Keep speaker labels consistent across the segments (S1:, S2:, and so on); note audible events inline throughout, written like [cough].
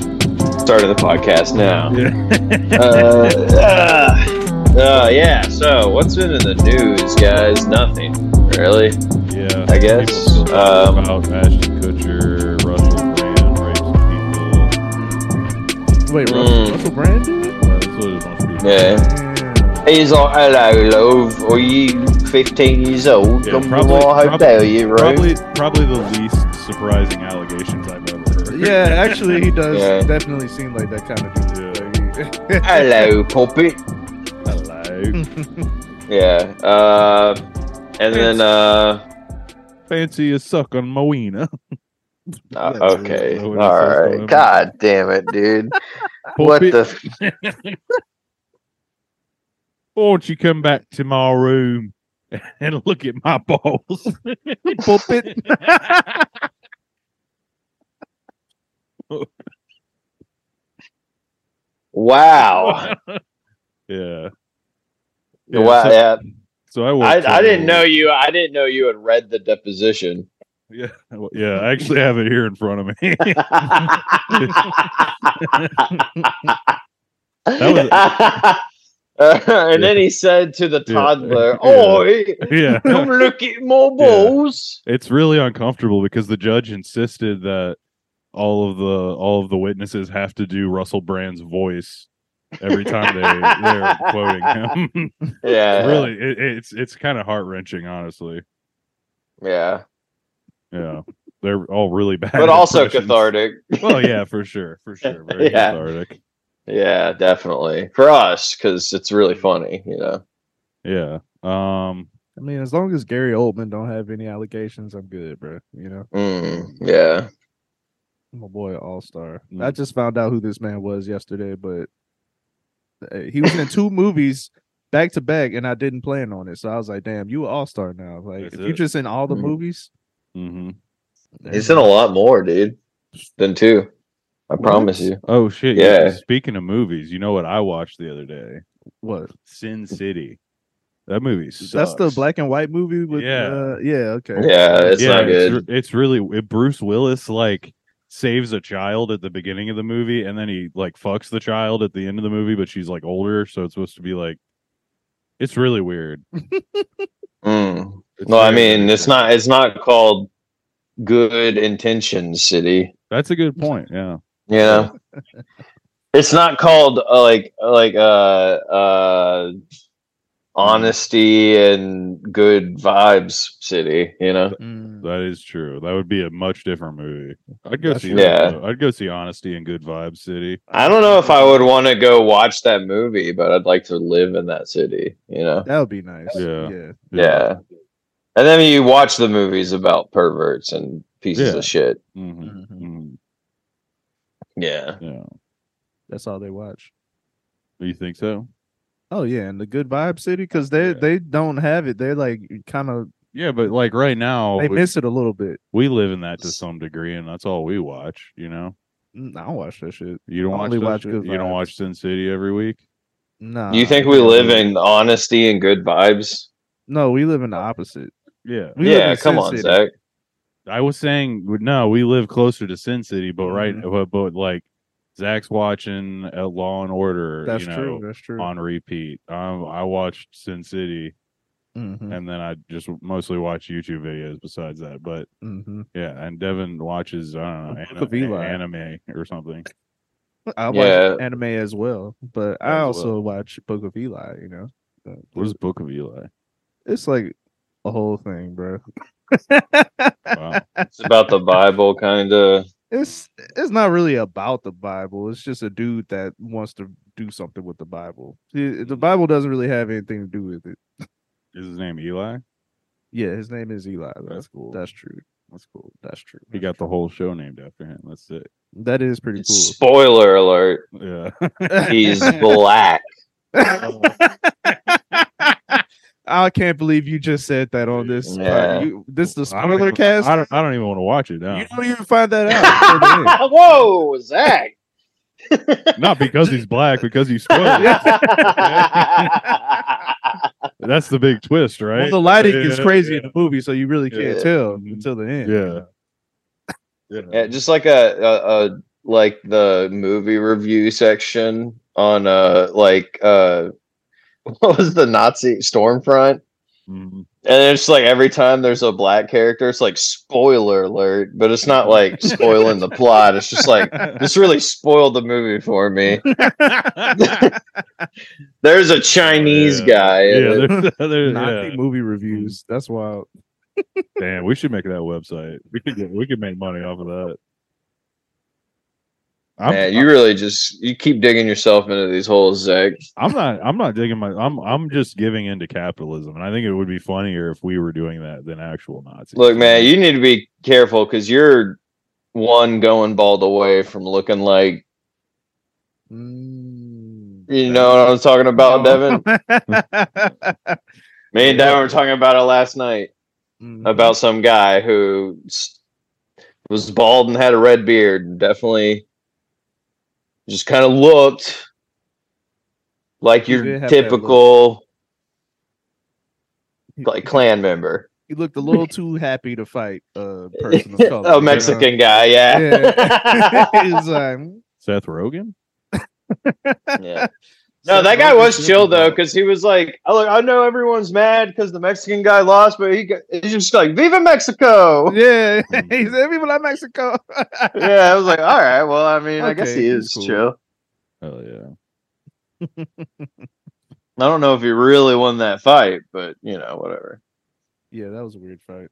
S1: starting the podcast now.
S2: [laughs]
S1: [laughs] uh, uh, uh, yeah, so what's been in the news, guys? Nothing, really.
S2: Yeah,
S1: I guess,
S2: people still talk
S1: um,
S2: about Ashton Kutcher, Russell Brand, rapes
S3: [laughs]
S2: people.
S3: Wait,
S1: Mm.
S3: Russell, Russell Brand did it?
S2: Well, that's what it wants to be.
S1: Yeah. He's like, hello, love. Are you 15 years old?
S2: Yeah,
S1: Come to
S2: probably-
S1: my
S2: prob-
S1: hotel, you right?
S2: Probably, [laughs] probably the least surprising allegations I've ever heard.
S3: Yeah, actually, he does
S1: Mm. Yeah.
S3: definitely seem like that kind of dude.
S1: [laughs]
S3: Like,
S1: Hello, puppet.
S2: Hello.
S1: Yeah. Uh, and then, uh,
S2: Fancy a suck
S3: [laughs]
S2: on Moena.
S1: uh,
S3: Yeah, dude,
S1: okay.
S2: I
S1: All
S2: wouldn't say so,
S1: right.
S2: man.
S1: God damn it,
S2: [laughs]
S1: dude. what
S2: Puppy,
S1: the? F-
S2: Won't you come back to my room [laughs] and look at my balls?
S3: [laughs]
S2: [laughs]
S3: Pulpit.
S1: wow.
S2: yeah. [laughs] Yeah,
S1: wow.
S2: so-
S1: yeah.
S2: So I, worked
S1: I, I
S2: for-
S1: didn't know you. I didn't know you had read the deposition.
S2: Yeah, well, yeah. I actually have it here in front
S1: [laughs]
S2: of me. [laughs] that was-
S1: Uh, [laughs] and then he said to the
S2: Yeah.
S1: toddler,
S2: [laughs] Yeah.
S1: "Oi,
S2: yeah,
S1: come look at my balls."
S2: it's really uncomfortable because the judge insisted that all of the all of the witnesses have to do Russell Brand's voice every time they
S1: [laughs]
S2: they're quoting him. [laughs]
S1: Yeah,
S2: really, it, it's it's kind of heart wrenching, honestly.
S1: yeah,
S2: Yeah, they're all really bad,
S1: but also
S2: impressions.
S1: cathartic.
S2: Well, yeah, for sure,
S1: [laughs]
S2: for sure, very
S1: Yeah.
S2: cathartic.
S1: Yeah, definitely for us because it's really
S2: Mm.
S1: funny. You know.
S2: Yeah. Um.
S3: [laughs] I mean, as long as Gary Oldman don't have any allegations, I'm good, bro. You know,
S1: Mm, yeah.
S3: my boy, all star.
S2: Mm.
S3: I just found out who this man was yesterday, but uh, he was in two movies back to back, and I didn't plan on it. So I was like, "Damn, you all star now!" Like,
S2: That's
S3: if
S2: it.
S3: you just in all the
S1: Mhm.
S3: movies,
S2: hmm
S1: He's in a lot more, dude, than two. I promise you.
S2: Oh shit! Yeah.
S1: Yeah.
S2: Speaking of movies, you know what I watched the other day?
S3: what?
S2: Sin City. That movie.
S3: That's the
S2: sucks.
S3: black and white movie with.
S2: Yeah.
S3: uh, yeah. Okay.
S1: Yeah, it's not good.
S2: It's, re- it's really it, Bruce Willis like saves a child at the beginning of the movie, and then he like fucks the child at the end of the movie, but she's like older, so it's supposed to be like. It's really weird.
S1: Mm.
S2: It's
S1: No, I
S2: very
S1: mean
S2: weird.
S1: it's not. It's not called Good Intentions City.
S2: That's a good point. Yeah.
S1: You
S3: [laughs]
S1: know, it's not called uh, like like uh uh honesty and good vibes city. You know,
S3: Mm.
S2: That is true. That would be a much different movie. I'd go
S3: That's
S2: see.
S1: true.
S2: that,
S1: Yeah.
S2: though. I'd go see Honesty and Good Vibe City.
S1: I don't know if I would want to go watch that movie, but I'd like to live in that city. You know,
S3: That would be nice.
S2: Yeah.
S3: Yeah.
S1: yeah. And then you watch the movies about perverts and pieces
S2: Yeah.
S1: of shit.
S2: hmm
S3: Mhm.
S1: Yeah,
S2: Yeah.
S3: That's all they watch.
S2: Do you think so?
S3: Oh yeah, and the good vibe city because they
S2: Yeah.
S3: they don't have it. They like kind of
S2: Yeah, but like right now,
S3: they
S2: Oh, we,
S3: miss it a little bit.
S2: we live in that to some degree, and that's all we watch. You know,
S3: Mm, I don't watch that shit.
S2: you don't
S3: I
S2: watch,
S3: only
S2: those
S3: watch
S2: shit-
S3: Good
S2: you don't
S3: Vibes.
S2: watch Sin City every week.
S3: Nah.
S1: you think we live in honesty and good vibes?
S3: No, we live in the opposite.
S2: Yeah,
S3: We live
S1: yeah,
S3: in
S1: come
S3: Sin
S1: on,
S3: City.
S1: Zach.
S2: I was saying no, we live closer to Sin City, but right,
S3: Mm-hmm.
S2: but, but like Zach's watching uh, Law and Order.
S3: That's
S2: you know,
S3: true. That's true.
S2: On repeat, um, I watched Sin City,
S3: Mhm,
S2: and then I just mostly watch YouTube videos. Besides that, but
S3: mhm.
S2: yeah, and Devin watches I don't know
S3: The Book of
S2: ana-
S3: Eli.
S2: anime or something.
S3: I watch
S1: Yeah.
S3: anime as well, but I
S2: As
S3: also watch Book of Eli. You know, Uh,
S2: What is Book of Eli?
S3: it's like a whole thing, bro. [laughs]
S2: Wow.
S1: It's about the Bible, kind of.
S3: It's it's not really about the Bible. It's just a dude that wants to do something with the Bible. The, the Bible doesn't really have anything to do with it.
S2: Is his name Eli?
S3: Yeah, his name is Eli. though.
S2: That's cool.
S3: That's true. That's cool. That's true.
S2: He got the whole show named after him. That's it.
S3: That is pretty cool.
S1: Spoiler alert:
S2: Yeah.
S1: [laughs] He's black.
S3: [laughs] I can't believe you just said that on this.
S1: Yeah.
S3: Uh, you, this is the
S2: I don't
S3: spoiler
S2: even-
S3: cast.
S2: I don't, I don't even want to watch it now.
S3: You don't even find that out. until the end.
S1: [laughs] Whoa, Zach!
S2: Not because he's black, because
S1: [laughs]
S3: [laughs]
S2: he's spoiled. it. That's the big twist,
S3: Well,
S2: [laughs] right?
S3: the lighting is
S2: Yeah, Mm-hmm.
S3: crazy
S2: yeah.
S3: in the movie, so you really can't
S1: Yeah.
S3: tell until the end.
S2: Yeah. Yeah.
S1: yeah, just like a, a, a like the movie review section on uh like uh [laughs] what was the Nazi Stormfront?
S2: Mhm.
S1: And it's like every time there's a black character, it's like spoiler alert, but it's not like spoiling the plot. It's just like this really spoiled the movie for [laughs] me. There's a Chinese
S2: Yeah.
S1: guy. in it.
S2: yeah, there's, [laughs] there's,
S3: Nazi
S2: yeah.
S3: movie reviews. That's wild.
S2: Damn, we should make that website. We could get, we could make money off of that. I'm,
S1: Man, you really just you keep digging yourself into these holes, Zach.
S2: I'm not I'm not digging my I'm I'm just giving into capitalism and I think it would be funnier if we were doing that than actual Nazis.
S1: Look, man, you need to be careful because you're one going bald away from looking like
S3: Mm.
S1: you know what I'm talking about,
S3: No.
S1: Devin. Me
S3: [laughs]
S1: and Devin were talking about it last night
S3: Mm.
S1: [laughs] about some guy who s- was bald and had a red beard and definitely just kind of looked like
S3: He did
S1: your
S3: have that look.
S1: typical
S3: He-
S1: like clan member.
S3: he looked a little too happy to fight a
S1: [laughs]
S3: person of color.
S1: Oh,
S3: you know? [laughs]
S1: Mexican guy, yeah. [laughs]
S3: he was like, "Mm,
S2: Seth Rogen?
S1: yeah. No,
S3: Seth
S1: that guy
S3: Rogen's
S1: was chill
S3: different,
S1: though, because he was like, I, look, I know everyone's mad because the Mexican guy lost, but he got, he's just like, Viva Mexico!
S3: [laughs] Yeah,
S1: Mm.
S3: he said people like Mexico.
S1: [laughs]
S3: [laughs]
S1: yeah, I was like, all right, well, I mean, I guess
S3: Okay,
S1: he
S3: he's
S1: is
S3: cool.
S1: chill.
S2: Hell yeah.
S1: I don't know if he really won that fight, but you know, whatever.
S3: yeah, that was a weird fight.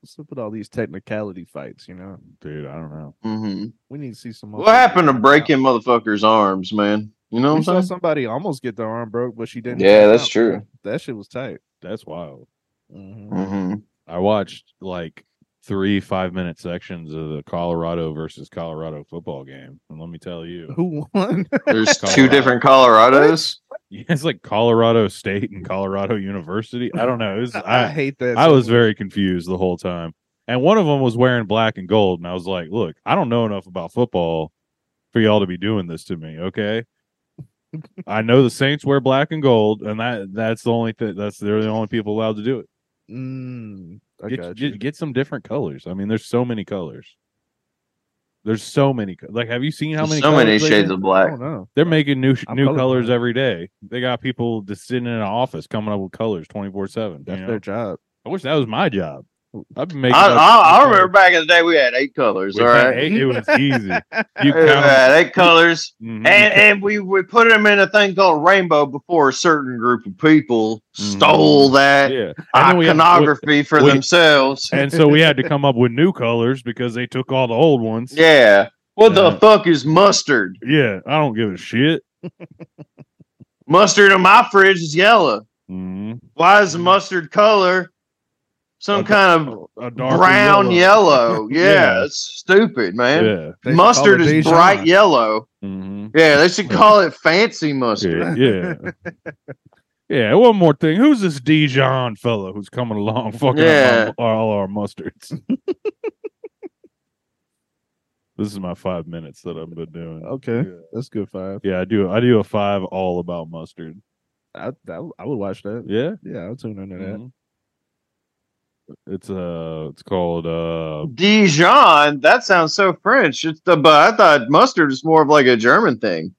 S3: What's up with all these technicality fights? You know,
S2: Dude, I don't know.
S1: hmm
S3: we need to see some.
S1: What happened to breaking motherfuckers' arms, man? You know
S3: We
S1: what
S3: saw
S1: I'm saying?
S3: somebody almost get their arm broke, but she didn't.
S1: Yeah,
S3: tap
S1: that's
S3: out.
S1: true.
S3: That shit was tight.
S2: That's wild.
S3: Mhm.
S1: hmm
S2: I watched like three five minute sections of the Colorado versus Colorado football game. And let me tell you.
S3: [laughs] Who won? [laughs]
S1: There's
S2: Colorado.
S1: two different Colorados.
S2: [laughs] It's like Colorado State and Colorado University. I don't know. It
S3: [laughs]
S2: was,
S3: I,
S2: I,
S3: hate that.
S2: I
S3: so
S2: was
S3: much.
S2: very confused the whole time. And one of them was wearing black and gold. And I was like, look, I don't know enough about football for y'all to be doing this to me. Okay.
S3: [laughs]
S2: I know the Saints wear black and gold, and that that's the only thing that's they're the only people allowed to do it.
S3: Mm, I
S2: Get,
S3: got you.
S2: get, get some different colors. I mean, there's so many colors. There's so many. co- Like, have you seen how
S1: There's
S2: many?
S1: so many
S2: colors they
S1: shades
S2: do?
S1: of
S3: I
S1: black.
S3: don't know.
S2: They're making new
S3: I'm
S2: new colors
S3: colorblind.
S2: every day. They got people just sitting in an office coming up with colors twenty four seven.
S3: That's their job.
S2: I wish that was my job. I've been
S1: I,
S2: making. up
S1: I, I
S2: new
S1: remember
S2: colors.
S1: back in the day we had eight colors.
S2: We
S1: all
S2: had
S1: right,
S2: eight- it was
S1: [laughs]
S2: easy.
S1: we
S2: You count 'em.
S1: had eight
S2: [laughs]
S1: colors.
S2: Mhm.
S1: and and we we put them in a thing called rainbow before a certain group of people stole that
S2: Mm-hmm. yeah. And then we had-
S1: iconography for
S2: we-
S1: themselves.
S2: and so we had to come up with new colors because they took all the old ones.
S1: yeah. What
S2: Yeah.
S1: the fuck is mustard?
S2: Yeah, I don't give a shit.
S1: Mustard in my fridge is yellow.
S2: Mhm.
S1: Why is the mustard color some
S2: Okay.
S1: kind of
S2: A darker
S1: brown yellow? Yeah,
S2: [laughs] Yeah.
S1: it's stupid, man.
S2: Yeah.
S3: They should
S1: Mustard
S3: call it
S1: is
S3: Dijon.
S2: uh,
S1: bright yellow.
S2: Mhm.
S1: Yeah, they should call it fancy mustard.
S2: Yeah. Yeah. Yeah, one more thing. Who's this Dijon fellow who's coming along [laughs] fucking
S1: Yeah.
S2: up our- all our mustards? [laughs] this is my five minutes that I've been doing.
S3: Okay, that's good five.
S2: Yeah, I do. I do a five all about mustard.
S3: I, that, I would watch that.
S2: Yeah.
S3: Yeah, I'll tune into that.
S2: Mhm. It's uh, it's called uh,
S1: Dijon, that sounds so French. It's the, but I thought mustard is more of like a German thing.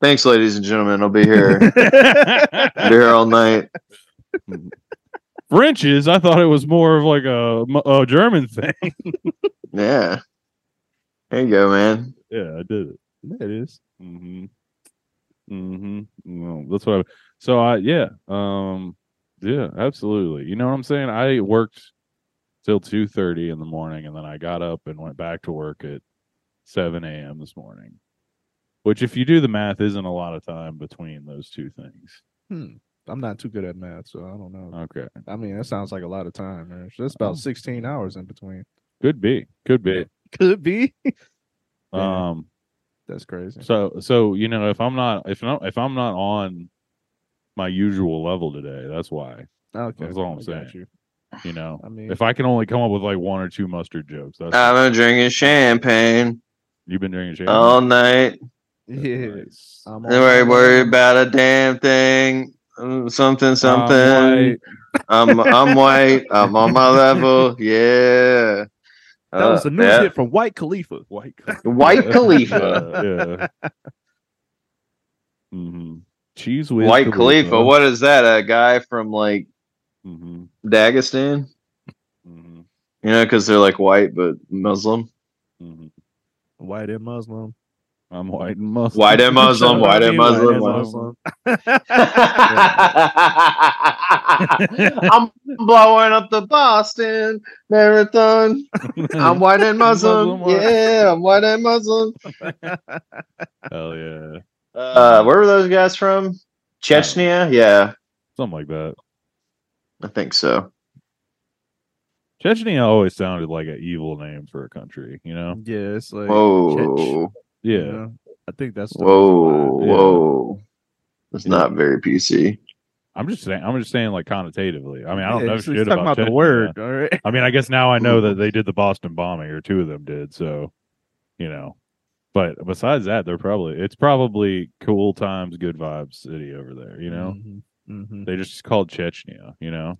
S1: Thanks, ladies and gentlemen. I'll be
S3: [laughs]
S1: here, be here all night.
S2: French's. I thought it was more of like a, mu- a German thing. [laughs]
S1: Yeah. There you go, man.
S2: yeah, I did it.
S3: There it is.
S2: Mm-hmm. Mm-hmm. Well, that's what. I, so I yeah um yeah absolutely. You know what I'm saying? I worked till two thirty in the morning, and then I got up and went back to work at seven a.m. this morning. Which, if you do the math, isn't a lot of time between those two things.
S3: Hmm. I'm not too good at math, so I don't know.
S2: Okay.
S3: I mean, that sounds like a lot of time, man. So that's about
S2: Oh.
S3: 16 hours in between.
S2: Could be. Could be.
S3: Could be. Yeah.
S2: Um
S3: That's crazy.
S2: so so you know if I'm not if not if I'm not on my usual level today, that's why.
S3: Okay,
S2: that's all I'm
S3: I got
S2: saying.
S3: you.
S2: You know.
S3: I mean,
S2: If I can only come up with like one or two mustard jokes, that's
S1: I'm drinking champagne
S2: you've been drinking champagne.
S1: all night.
S2: That's
S3: yeah,
S2: nice.
S3: I'm
S1: Don't worry,
S3: on-
S1: worry about a damn thing. Mm, Something, something.
S2: Um, like,
S1: I'm I'm white. I'm on my level. Yeah.
S3: That was a news
S2: Uh,
S1: yeah.
S3: hit from White Khalifa.
S2: White
S3: [laughs]
S2: [laughs]
S1: White Khalifa.
S2: Khalifa. yeah. hmm Cheese with
S1: White Khalifa. What is that? A guy from like
S2: hmm
S1: Dagestan?
S2: hmm
S1: You know, because they're like white but [laughs] Muslim.
S2: hmm
S3: White and Muslim.
S2: I'm white and Muslim.
S1: White
S2: [laughs]
S1: and Muslim. White and Muslim.
S3: White
S1: White
S3: and
S1: and I'm blowing up the Boston Marathon.
S2: [laughs]
S1: I'm white and Muslim.
S2: Muslim, white.
S1: yeah, I'm white and Muslim.
S2: Hell yeah,
S1: Uh, where were those guys from? Chechnya? Yeah,
S2: something like that.
S1: I think so.
S2: Chechnya always sounded like an evil name for a country. You know?
S3: Yeah, it's like Chech,
S1: Whoa,
S2: Yeah.
S3: you know? I think that's the
S1: whoa,
S2: Yeah.
S1: whoa. It's not very PC.
S2: I'm just saying. I'm just saying, like connotatively. I mean, I don't
S3: Yeah,
S2: know
S3: he's-
S2: shit
S3: he's talking about the
S2: Chechnya.
S3: word. All right.
S2: I mean, I guess now I know that they did the Boston bombing, or two of them did. So, you know, but besides that, they're probably it's probably cool times, good vibes city over there. You know,
S3: Mhm, mhm.
S2: they just called Chechnya. You know,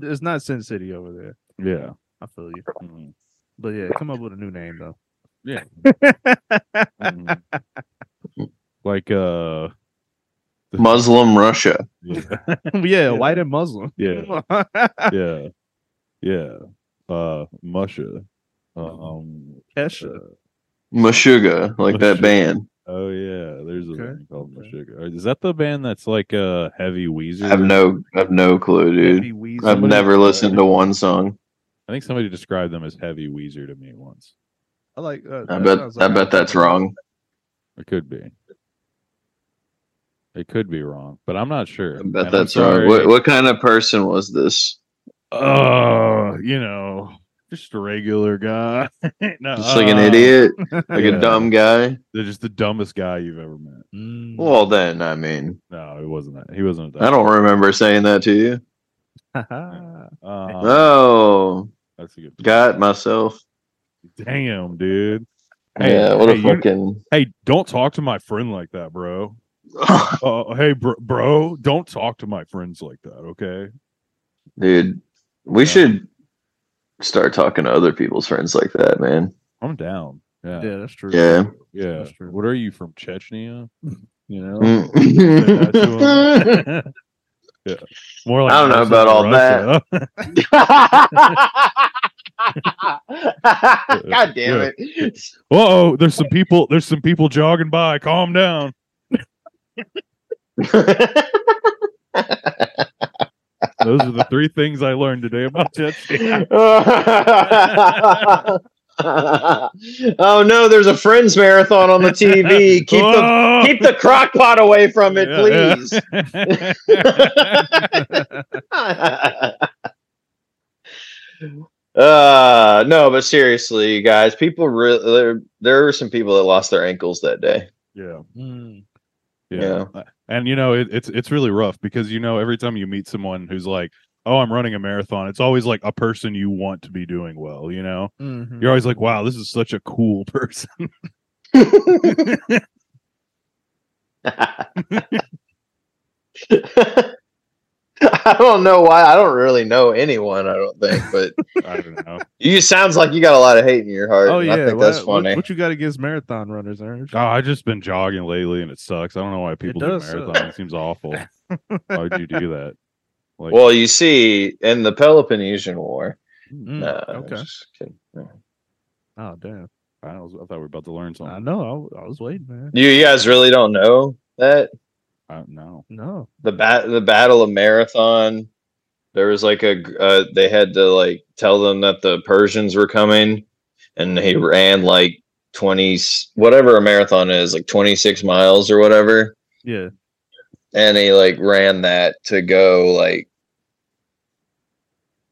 S3: it's not Sin City over there.
S2: yeah,
S3: I feel you.
S2: Mhm.
S3: But yeah, come up with a new name
S2: [laughs]
S3: though.
S2: yeah, Mhm. like uh,
S1: Muslim Russia.
S2: yeah,
S3: yeah, white and Muslim.
S2: yeah, yeah, yeah, uh, Musha, um,
S3: [laughs] Kesha.
S2: uh,
S1: Mashuga, like that
S2: Mushuga.
S1: band.
S2: oh yeah, there's a
S3: Okay.
S2: band called
S3: Okay.
S2: Mushuga. Is that the band that's like uh heavy Weezer?
S1: I have no I have no clue, dude.
S3: Maybe Weezy.
S1: I've never listened to one song.
S2: I think somebody described them as heavy Weezer to me once.
S3: I like. Uh,
S1: I
S3: that
S1: bet
S3: sounds
S1: I
S3: like-
S1: bet that's wrong.
S2: It could be. It could be wrong, but I'm not sure.
S1: I
S2: And
S1: bet
S2: I'm
S1: that's wrong.
S2: sorry.
S1: What what kind of person was this?
S2: Uh, you know, just a regular guy. [laughs] no,
S1: Just like an
S2: uh, [laughs]
S1: idiot, like
S2: yeah. Mm.
S1: a dumb guy.
S2: They're just the dumbest guy you've ever met.
S3: Mm.
S1: Well, then I mean,
S2: No, it wasn't that. He wasn't that.
S1: I don't remember saying that to you.
S2: Uh,
S1: Oh,
S2: that's a good.
S1: got myself.
S2: Damn, dude. Hey,
S1: Yeah, what a
S2: hey, you-
S1: fucking.
S2: Hey, don't talk to my friend like that, bro. Uh, hey, bro, bro, don't talk to my friends like that. Okay.
S1: [laughs] Dude, we
S2: Yeah.
S1: should start talking to other people's friends like that, man.
S2: I'm down. Yeah.
S3: [laughs] yeah, that's true.
S1: Yeah.
S2: Yeah.
S3: That's true.
S2: What are you from
S3: [laughs]
S2: Chechnya? You know,
S1: [laughs] Mm.
S2: yeah. [laughs] More like
S1: I don't know about all
S2: [laughs] Russia.
S1: [laughs] God damn it.
S2: Whoa, there's some people. There's some people jogging by. Calm down. Those are [laughs] the three things I learned today [laughs] about Chechnya.
S1: [laughs] oh no, there's a friends marathon on the TV. Keep the
S2: Whoa!
S1: keep the crock pot away from it,
S2: Oh. Yeah,
S1: please. [laughs]
S2: yeah.
S1: uh no, but seriously, you guys, people really there, there were some people that lost their ankles that day.
S2: [laughs] yeah.
S3: Mm.
S2: Yeah. Uh, And you know, it, it's it's really rough because you know, every time you meet someone who's like, "Oh, I'm running a marathon," it's always like a person you want to be doing well. You know,
S3: Mhm.
S2: you're always like, "Wow, this is such a cool [laughs] person."
S1: I don't know why. I don't really know anyone. I don't think, but
S2: I don't know.
S1: you sounds like you got a lot of hate in your heart.
S3: Oh
S1: and
S3: yeah,
S1: I think
S3: what,
S1: that's
S3: what-
S1: funny.
S3: What, you got against marathon runners, Ernst?
S2: Oh, I've just been jogging lately, and it sucks. I don't know why people do
S3: does suck.
S2: marathons. It
S3: [laughs]
S2: seems awful. why would you do that? Like,
S1: well, you see, in the Peloponnesian War,
S3: Mm,
S1: no, I'm
S3: okay.
S1: just kidding.
S3: Oh damn.
S2: I, was, I thought we were about to learn
S3: I
S2: something.
S3: know. I, I was waiting, man.
S1: You, you guys really don't know that
S2: I don't know.
S3: No.
S1: the bat the Battle of Marathon. There was like a gr- uh, they had to like tell them that the Persians were coming, and he
S2: Mm-hmm.
S1: ran like twenty s- whatever a marathon is like twenty six miles or whatever.
S3: Yeah.
S1: and he like ran that to go like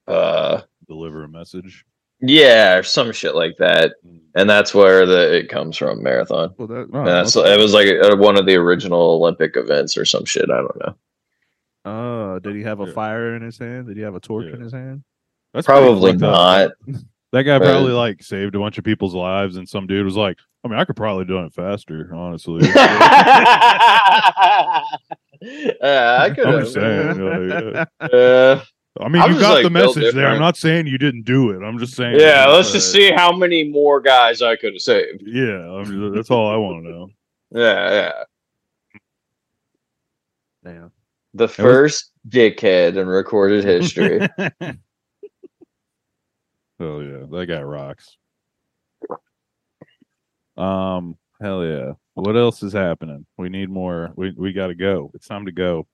S1: uh
S2: Deliver a message.
S1: yeah or some shit like that and that's where the it comes from marathon
S3: Well, that.
S2: Oh,
S1: and that's
S2: okay.
S1: it was like uh one of the original olympic events or some shit i don't know
S3: Oh, did he have a
S2: Yeah.
S3: fire in his hand? Did he have a torch
S2: Yeah.
S3: in his hand?
S2: That's pretty
S1: probably
S2: fucked up.
S1: not
S2: That guy
S1: Right.
S2: probably like saved a bunch of people's lives, and some dude was like, "I mean, I could probably done it faster,
S1: [laughs]
S2: honestly."
S1: uh, I could
S2: I'm just
S1: have.
S2: saying. like, yeah.
S1: Uh,
S2: I mean,
S1: I'm
S2: you
S1: just,
S2: got
S1: like,
S2: the
S1: built
S2: message there. I'm
S1: different.
S2: not saying you didn't do it. I'm just saying.
S1: Yeah,
S2: uh,
S1: let's just see how many more guys I could have saved.
S2: Yeah, I'm, that's all I want to know.
S1: Yeah, yeah.
S3: Damn.
S1: The first dickhead in recorded history.
S2: Hell yeah, that guy rocks. Um, hell yeah. What else is happening? We need more. We we gotta go. It's time to go.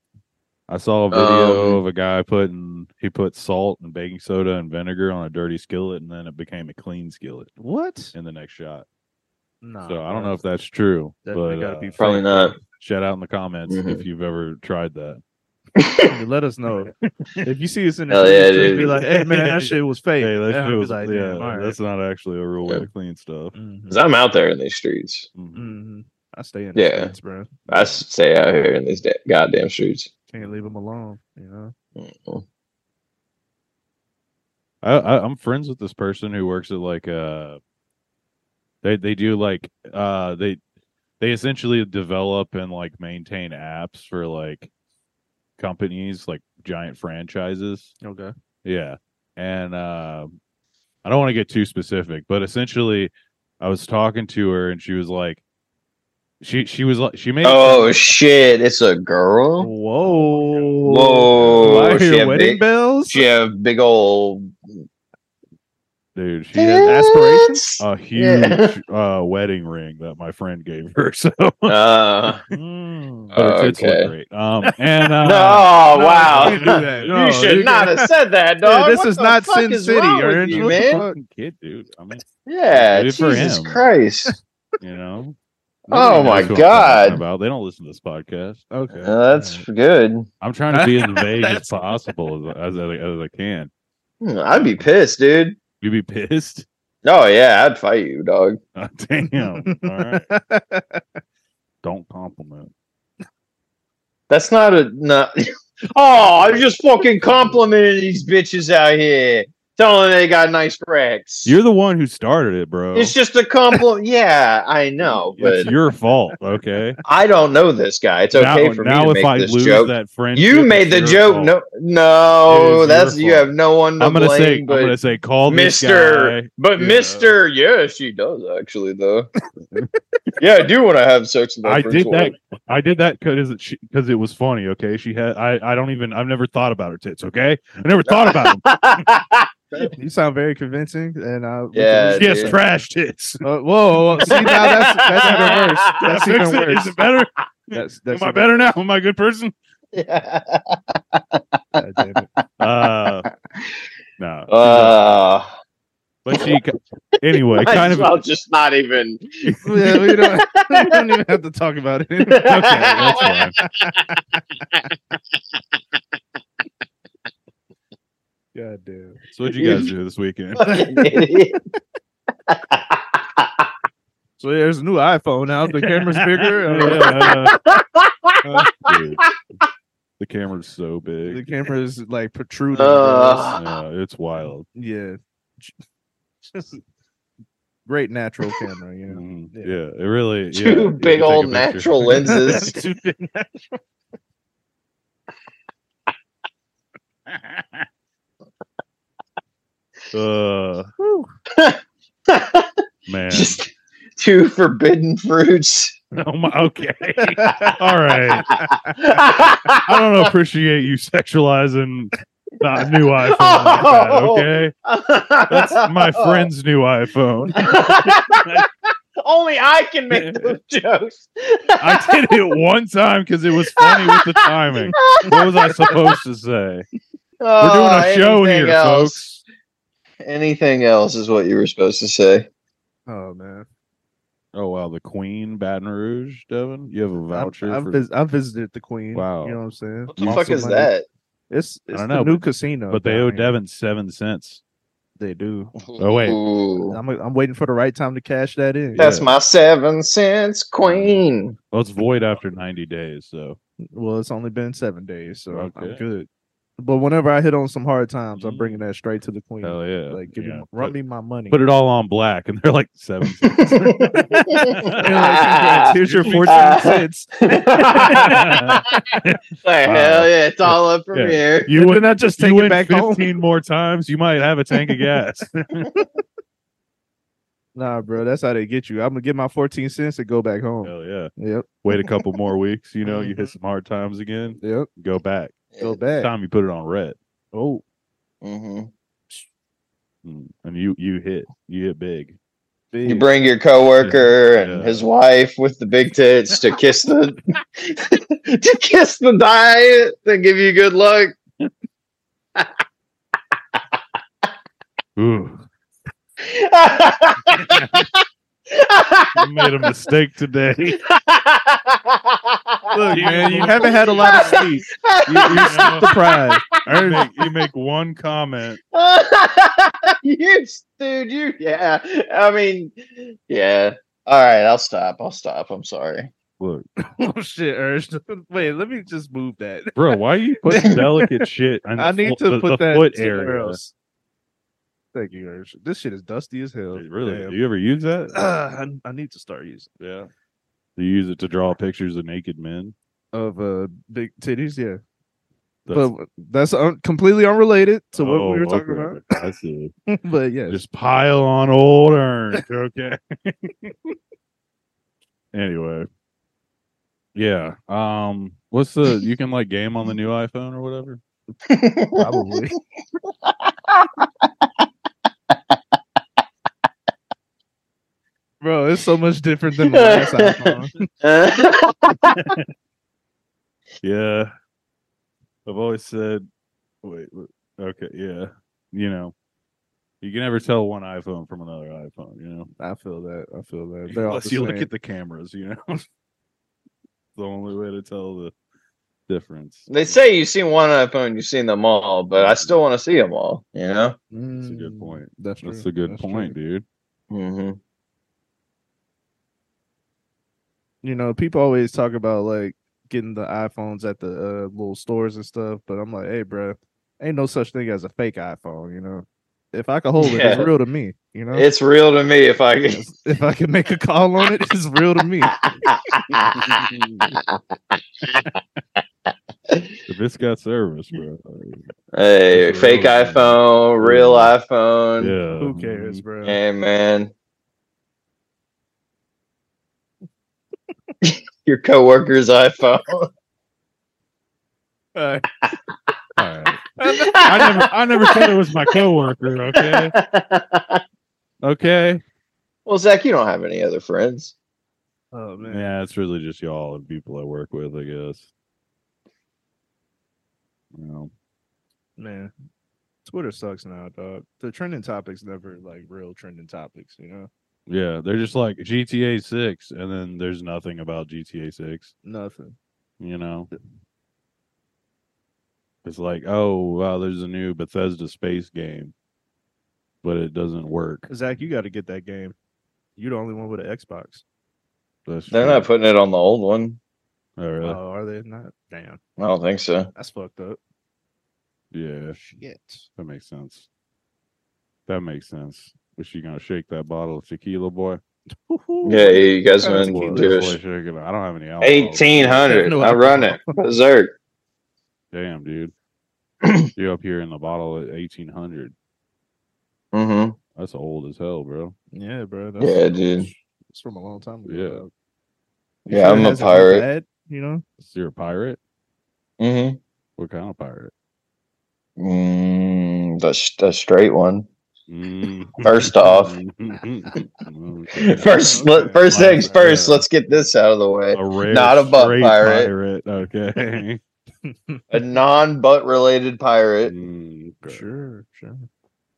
S2: I saw a video
S1: Um,
S2: of a guy putting he put salt and baking soda and vinegar on a dirty skillet, and then it became a clean skillet
S3: What?
S2: in the next shot.
S3: No.
S2: so I don't know if that's true, but
S3: definitely gotta
S2: uh,
S3: be
S1: Probably
S3: fake.
S1: not.
S2: shout out in the comments
S1: Mhm.
S2: if you've ever tried that.
S3: Let us know [laughs] if you see us in the
S1: Hell
S3: street,
S1: yeah,
S3: just be
S1: dude.
S3: like, "Hey
S1: [laughs]
S3: man, that shit was fake."
S2: Hey, that
S3: And I'll
S2: shit
S3: be
S2: was,
S3: like,
S2: yeah,
S3: "Damn, all right."
S2: that's not actually a real way
S1: Yeah.
S2: to clean stuff.
S3: Mhm.
S1: 'Cause I'm out there in these streets.
S2: Mhm.
S3: Mhm. I stay in.
S1: Yeah.
S3: Yeah, States, bro.
S1: I s- stay out here in these da- goddamn streets.
S3: Can't leave them alone. You know.
S2: I, I I'm friends with this person who works at like uh they they do like uh they they essentially develop and like maintain apps for like companies like giant franchises.
S3: Okay.
S2: Yeah. And uh, I don't want to get too specific, but essentially I was talking to her and she was like she she was like she made it
S1: Oh
S2: sound-
S1: shit! It's a girl.
S3: Whoa. Do
S1: Oh. Whoa!
S3: I
S1: She
S3: hear
S1: have,
S3: wedding
S1: big,
S3: bells?
S1: she have big old
S2: dude, she has
S3: aspirations?
S2: [laughs] a huge uh wedding ring that my friend gave her. [laughs] So
S1: Uh,
S2: but her tits
S1: Okay.
S2: look great. Um, and
S1: no,
S2: uh,
S1: oh, wow.
S3: you can't do that.
S1: [laughs] You
S2: No,
S1: should
S2: you
S1: not have said that,
S3: Yeah,
S1: dog.
S3: this
S1: What
S3: is
S1: the
S3: not
S1: fuck
S3: Sin
S1: is
S3: City,
S1: wrong
S3: or
S1: with
S3: it's
S1: you,
S3: what the
S1: man.
S2: fucking kid, dude. I mean,
S1: Yeah,
S2: Good for
S1: Jesus
S2: him. [laughs]
S1: Christ.
S2: you know.
S1: [laughs] Oh my
S2: Nobody knows who I'm talking
S1: God.
S2: About they don't listen to this podcast.
S3: Okay.
S1: Uh, that's good.
S2: I'm trying to be as vague as possible as as I, as I can.
S1: Hmm, I'd be pissed, dude.
S2: You'd be pissed. [laughs]
S1: Oh yeah, I'd fight you, dog.
S2: Oh, damn. All right. Don't compliment.
S1: That's not a not. [laughs] oh, I was just fucking complimenting these bitches out here, telling them they got nice racks.
S2: You're the one who started it, bro.
S1: it's just a compliment. [laughs] yeah, I know, but
S2: it's your fault. Okay.
S1: I don't know this guy. It's okay for me to make this joke.
S2: that friend,
S1: you made the joke. No, no,
S2: It is
S1: that's
S2: your
S1: you
S2: fault.
S1: have no one to
S2: I'm gonna
S1: blame.
S2: say.
S1: but
S2: I'm gonna say. Call
S1: Mister-
S2: This guy.
S1: But
S2: Yeah.
S1: Mister, yeah, she does actually
S2: [laughs]
S1: though. yeah, I do want to have sex with my
S2: I
S1: first
S2: did that.
S1: wife.
S2: I did that because because it was funny. Okay, she had. I. I don't even. I've never thought about her tits. Okay, I never thought about them.
S3: you sound very convincing, and I. with the-
S1: Yeah,
S2: She has
S1: dude.
S2: trash tits.
S3: Uh, whoa, whoa, whoa. See now that's that's
S1: [laughs]
S3: even worse. That's
S2: Fix
S3: even
S2: it.
S3: worse.
S2: Is it better?
S3: That's
S2: Am
S3: that's
S2: I
S3: even-
S2: better now? Am I a good person?
S3: God damn it.
S2: Uh, no.
S1: Uh,
S2: but she.
S1: [laughs]
S2: Anyway,
S1: might
S2: kind
S1: as
S2: of.
S1: well just not even.
S3: Yeah, we don't, [laughs] we don't even have to talk about it.
S2: Okay,
S1: [laughs]
S2: that's fine.
S3: God damn.
S2: So what'd you guys do this weekend?
S1: Fucking idiot.
S3: So there's a new iPhone now. The camera's
S2: [laughs]
S3: bigger. Oh.
S2: Oh,
S3: Uh,
S2: yeah, uh, dude. the camera's so
S3: [laughs] the
S2: big.
S3: camera's like protruding.
S1: Uh.
S2: Yeah, it's wild.
S3: yeah. Just great natural camera, you know.
S2: Mhm.
S3: Yeah.
S2: Yeah. it really. yeah,
S1: Two
S2: you can
S1: big
S2: take a
S1: old
S2: picture.
S1: natural
S2: [laughs]
S1: lenses.
S3: Too big.
S2: uh, man.
S1: just two forbidden fruits.
S2: [laughs] Oh my, okay. All right.
S1: oh,
S2: I don't appreciate you sexualizing the new iPhone. like
S1: [laughs]
S2: that,
S1: Oh.
S2: okay, that's my friend's new iPhone.
S1: Only I can make those jokes.
S2: I did it one time because it was funny with the timing. What was I supposed to say? We're doing
S1: Oh,
S2: a show
S1: anything
S2: here,
S1: else.
S2: folks.
S1: Anything else is what you were supposed to say.
S3: Oh man,
S2: Oh wow, the Queen, Baton Rouge, Devin. You have a
S3: I've,
S2: voucher
S3: I've,
S2: [laughs] for,
S3: vis- I've visited the Queen.
S2: Wow.
S3: you know what I'm saying?
S1: What the
S2: You
S1: fuck
S2: also
S1: is
S3: might-
S1: that?
S3: It's,
S2: I
S3: it's
S2: don't
S3: the
S2: know,
S3: new
S2: but-
S3: casino,
S2: but they owe
S3: down here.
S2: Devin seven cents.
S3: They do.
S2: Oh wait,
S1: Ooh.
S3: I'm, I'm waiting for the right time to cash that in.
S1: That's
S2: Yeah.
S1: my seven cents, Queen. [laughs]
S2: well it's void after ninety days, so
S3: Well, it's only been seven days, so I'm
S2: Okay. Mm-hmm.
S3: good. But whenever I hit on some hard times, I'm bringing that straight to the queen.
S2: Hell yeah.
S3: Like, give
S2: Yeah.
S3: me, run
S2: Put-
S3: me my money.
S2: Put it all on black, and they're like
S3: [laughs]
S2: seven.
S3: And like, congrats, here's
S2: [laughs]
S3: your 14 cents.
S1: hell yeah, it's all up from
S2: Yeah.
S1: here.
S2: You
S3: And
S2: win.
S3: then I just
S2: You
S3: take
S2: win
S3: it back home.
S2: fifteen more times. You might have a tank
S3: [laughs]
S2: of gas.
S3: Nah, bro, that's how they get you. I'm gonna get my 14 cents and go back home.
S2: Hell yeah.
S3: Yep,
S2: Wait a couple more weeks. You know, you
S3: Mm-hmm.
S1: Mhm.
S2: hit some hard times again.
S3: yep.
S2: Go back.
S3: Go back.
S2: [laughs] Time you put it on red,
S3: Oh,
S1: hmm
S2: Mm. and you you hit you hit big.
S1: You
S3: big.
S1: bring your coworker and
S2: Yeah.
S1: his wife with the big tits to kiss the [laughs] to kiss the diet to give you good luck. [laughs]
S2: Ooh, I made a mistake
S3: [laughs]
S2: today.
S3: Look, man, you haven't had a lot of sleep. [laughs] You,
S2: You
S3: you're
S2: know,
S3: sleep deprived.
S2: you make, you make one comment.
S1: [laughs] you, dude, you, yeah. I mean, yeah. All right, I'll stop. I'll stop. I'm sorry.
S2: Look,
S3: oh shit, Ursh.
S2: [laughs]
S3: Wait, let me just move that.
S2: bro, why are you putting delicate shit?
S3: [laughs]
S2: On
S3: I
S2: the
S3: need
S2: fo-
S3: to
S2: the-
S3: put
S2: the
S3: that
S2: foot
S3: somewhere
S2: area.
S3: else. Thank you, Ursh. This shit is dusty as hell.
S2: Really?
S3: Damn.
S2: Do you ever use that?
S3: Ah, [clears throat] I, I need to start using
S2: yeah. Do you use it to draw pictures of naked men?
S3: of uh big titties. Yeah,
S2: That's-
S3: but that's un- completely unrelated to what
S2: Oh,
S3: we were talking
S2: okay.
S3: about. [laughs]
S2: I see.
S3: but yeah,
S2: Just pile on old urn. Okay. [laughs] anyway. Yeah. Um. What's the? You can like game on the new iPhone or whatever.
S3: probably. Bro, it's so much different than the last
S2: [laughs]
S3: iPhone.
S2: Yeah. I've always said. Wait. wait, Okay. Yeah. You know. You can never tell one iPhone from another iPhone. You know.
S3: I feel that. I feel that. They're all
S2: Unless
S3: the
S2: you look
S3: same.
S2: at the cameras. You know. [laughs] It's the only way to tell the difference.
S1: they say you've seen one iPhone, you've seen them all, but I still want to see them all. You know.
S2: That's a good
S3: Mm,
S2: point.
S3: That's,
S2: That's
S3: true,
S2: a good
S3: that's true.
S2: point, dude.
S1: hmm
S3: You know, people always talk about like getting the iPhones at the uh, little stores and stuff, but I'm like, hey, bro, ain't no such thing as a fake iPhone. You know, if I can hold it, it's
S1: Yeah.
S3: real to me. You know,
S1: It's real to me if I can.
S3: if I can make a call on it, it's real to
S2: [laughs]
S3: me.
S2: If it's got service, bro. like,
S1: hey,
S2: It's
S1: fake
S2: real, man.
S1: iPhone, real
S2: Yeah.
S1: iPhone.
S2: yeah.
S3: Who cares, bro?
S1: Hey, man. [laughs] Your coworker's iPhone.
S3: Alright.
S2: All right. [laughs] I never, I never said it was my coworker. Okay. [laughs] Okay.
S1: well, Zach, you don't have any other friends.
S3: Oh man.
S2: Yeah, it's really just y'all and people I work with, I guess. No.
S3: man twitter sucks now dog the trending topics never like real trending topics you know
S2: Yeah, they're just like GTA Six, and then there's nothing about GTA Six.
S3: nothing
S2: You know. It's like, oh wow, there's a new Bethesda space game, but it doesn't work.
S3: zach you got to get that game you're the only one with an xbox
S2: That's
S1: They're
S2: true.
S1: not putting it on the old one.
S2: Oh, really?
S3: oh are they not damn
S1: I don't think so.
S3: that's fucked up
S2: yeah.
S3: shit
S2: That makes sense. That makes sense. Was she gonna shake that bottle of tequila, boy?
S1: Yeah, you guys
S3: Kinda
S1: been
S3: tequila.
S2: Boy,
S1: doing
S2: boy, shaking it. I don't have any alcohol.
S1: eighteen hundred.
S3: No
S1: I run it. Berserk.
S2: Damn,
S1: [clears throat]
S2: dude. you up here in the bottle at eighteen hundred.
S1: hmm
S2: That's old as hell, bro.
S3: yeah bro that's,
S1: Yeah, dude.
S3: it's from a long time ago
S2: Yeah.
S3: dog.
S1: Yeah,
S3: sure it
S1: I'm a
S3: hasn't been
S1: pirate.
S3: bad, you know
S2: So you're a pirate?
S1: hmm
S2: What kind of pirate?
S1: Mm, the, sh- the straight one.
S2: Mm.
S1: [laughs] First
S2: [laughs]
S1: off.
S2: Okay.
S1: First,
S3: okay.
S1: let- first
S2: Wow,
S1: things first.
S2: yeah.
S1: Let's get this out of the way.
S2: a rare
S1: Not a buck
S2: straight
S1: pirate.
S2: pirate.
S1: [laughs]
S2: Okay.
S1: A non-butt related pirate.
S2: Mm, okay.
S3: sure sure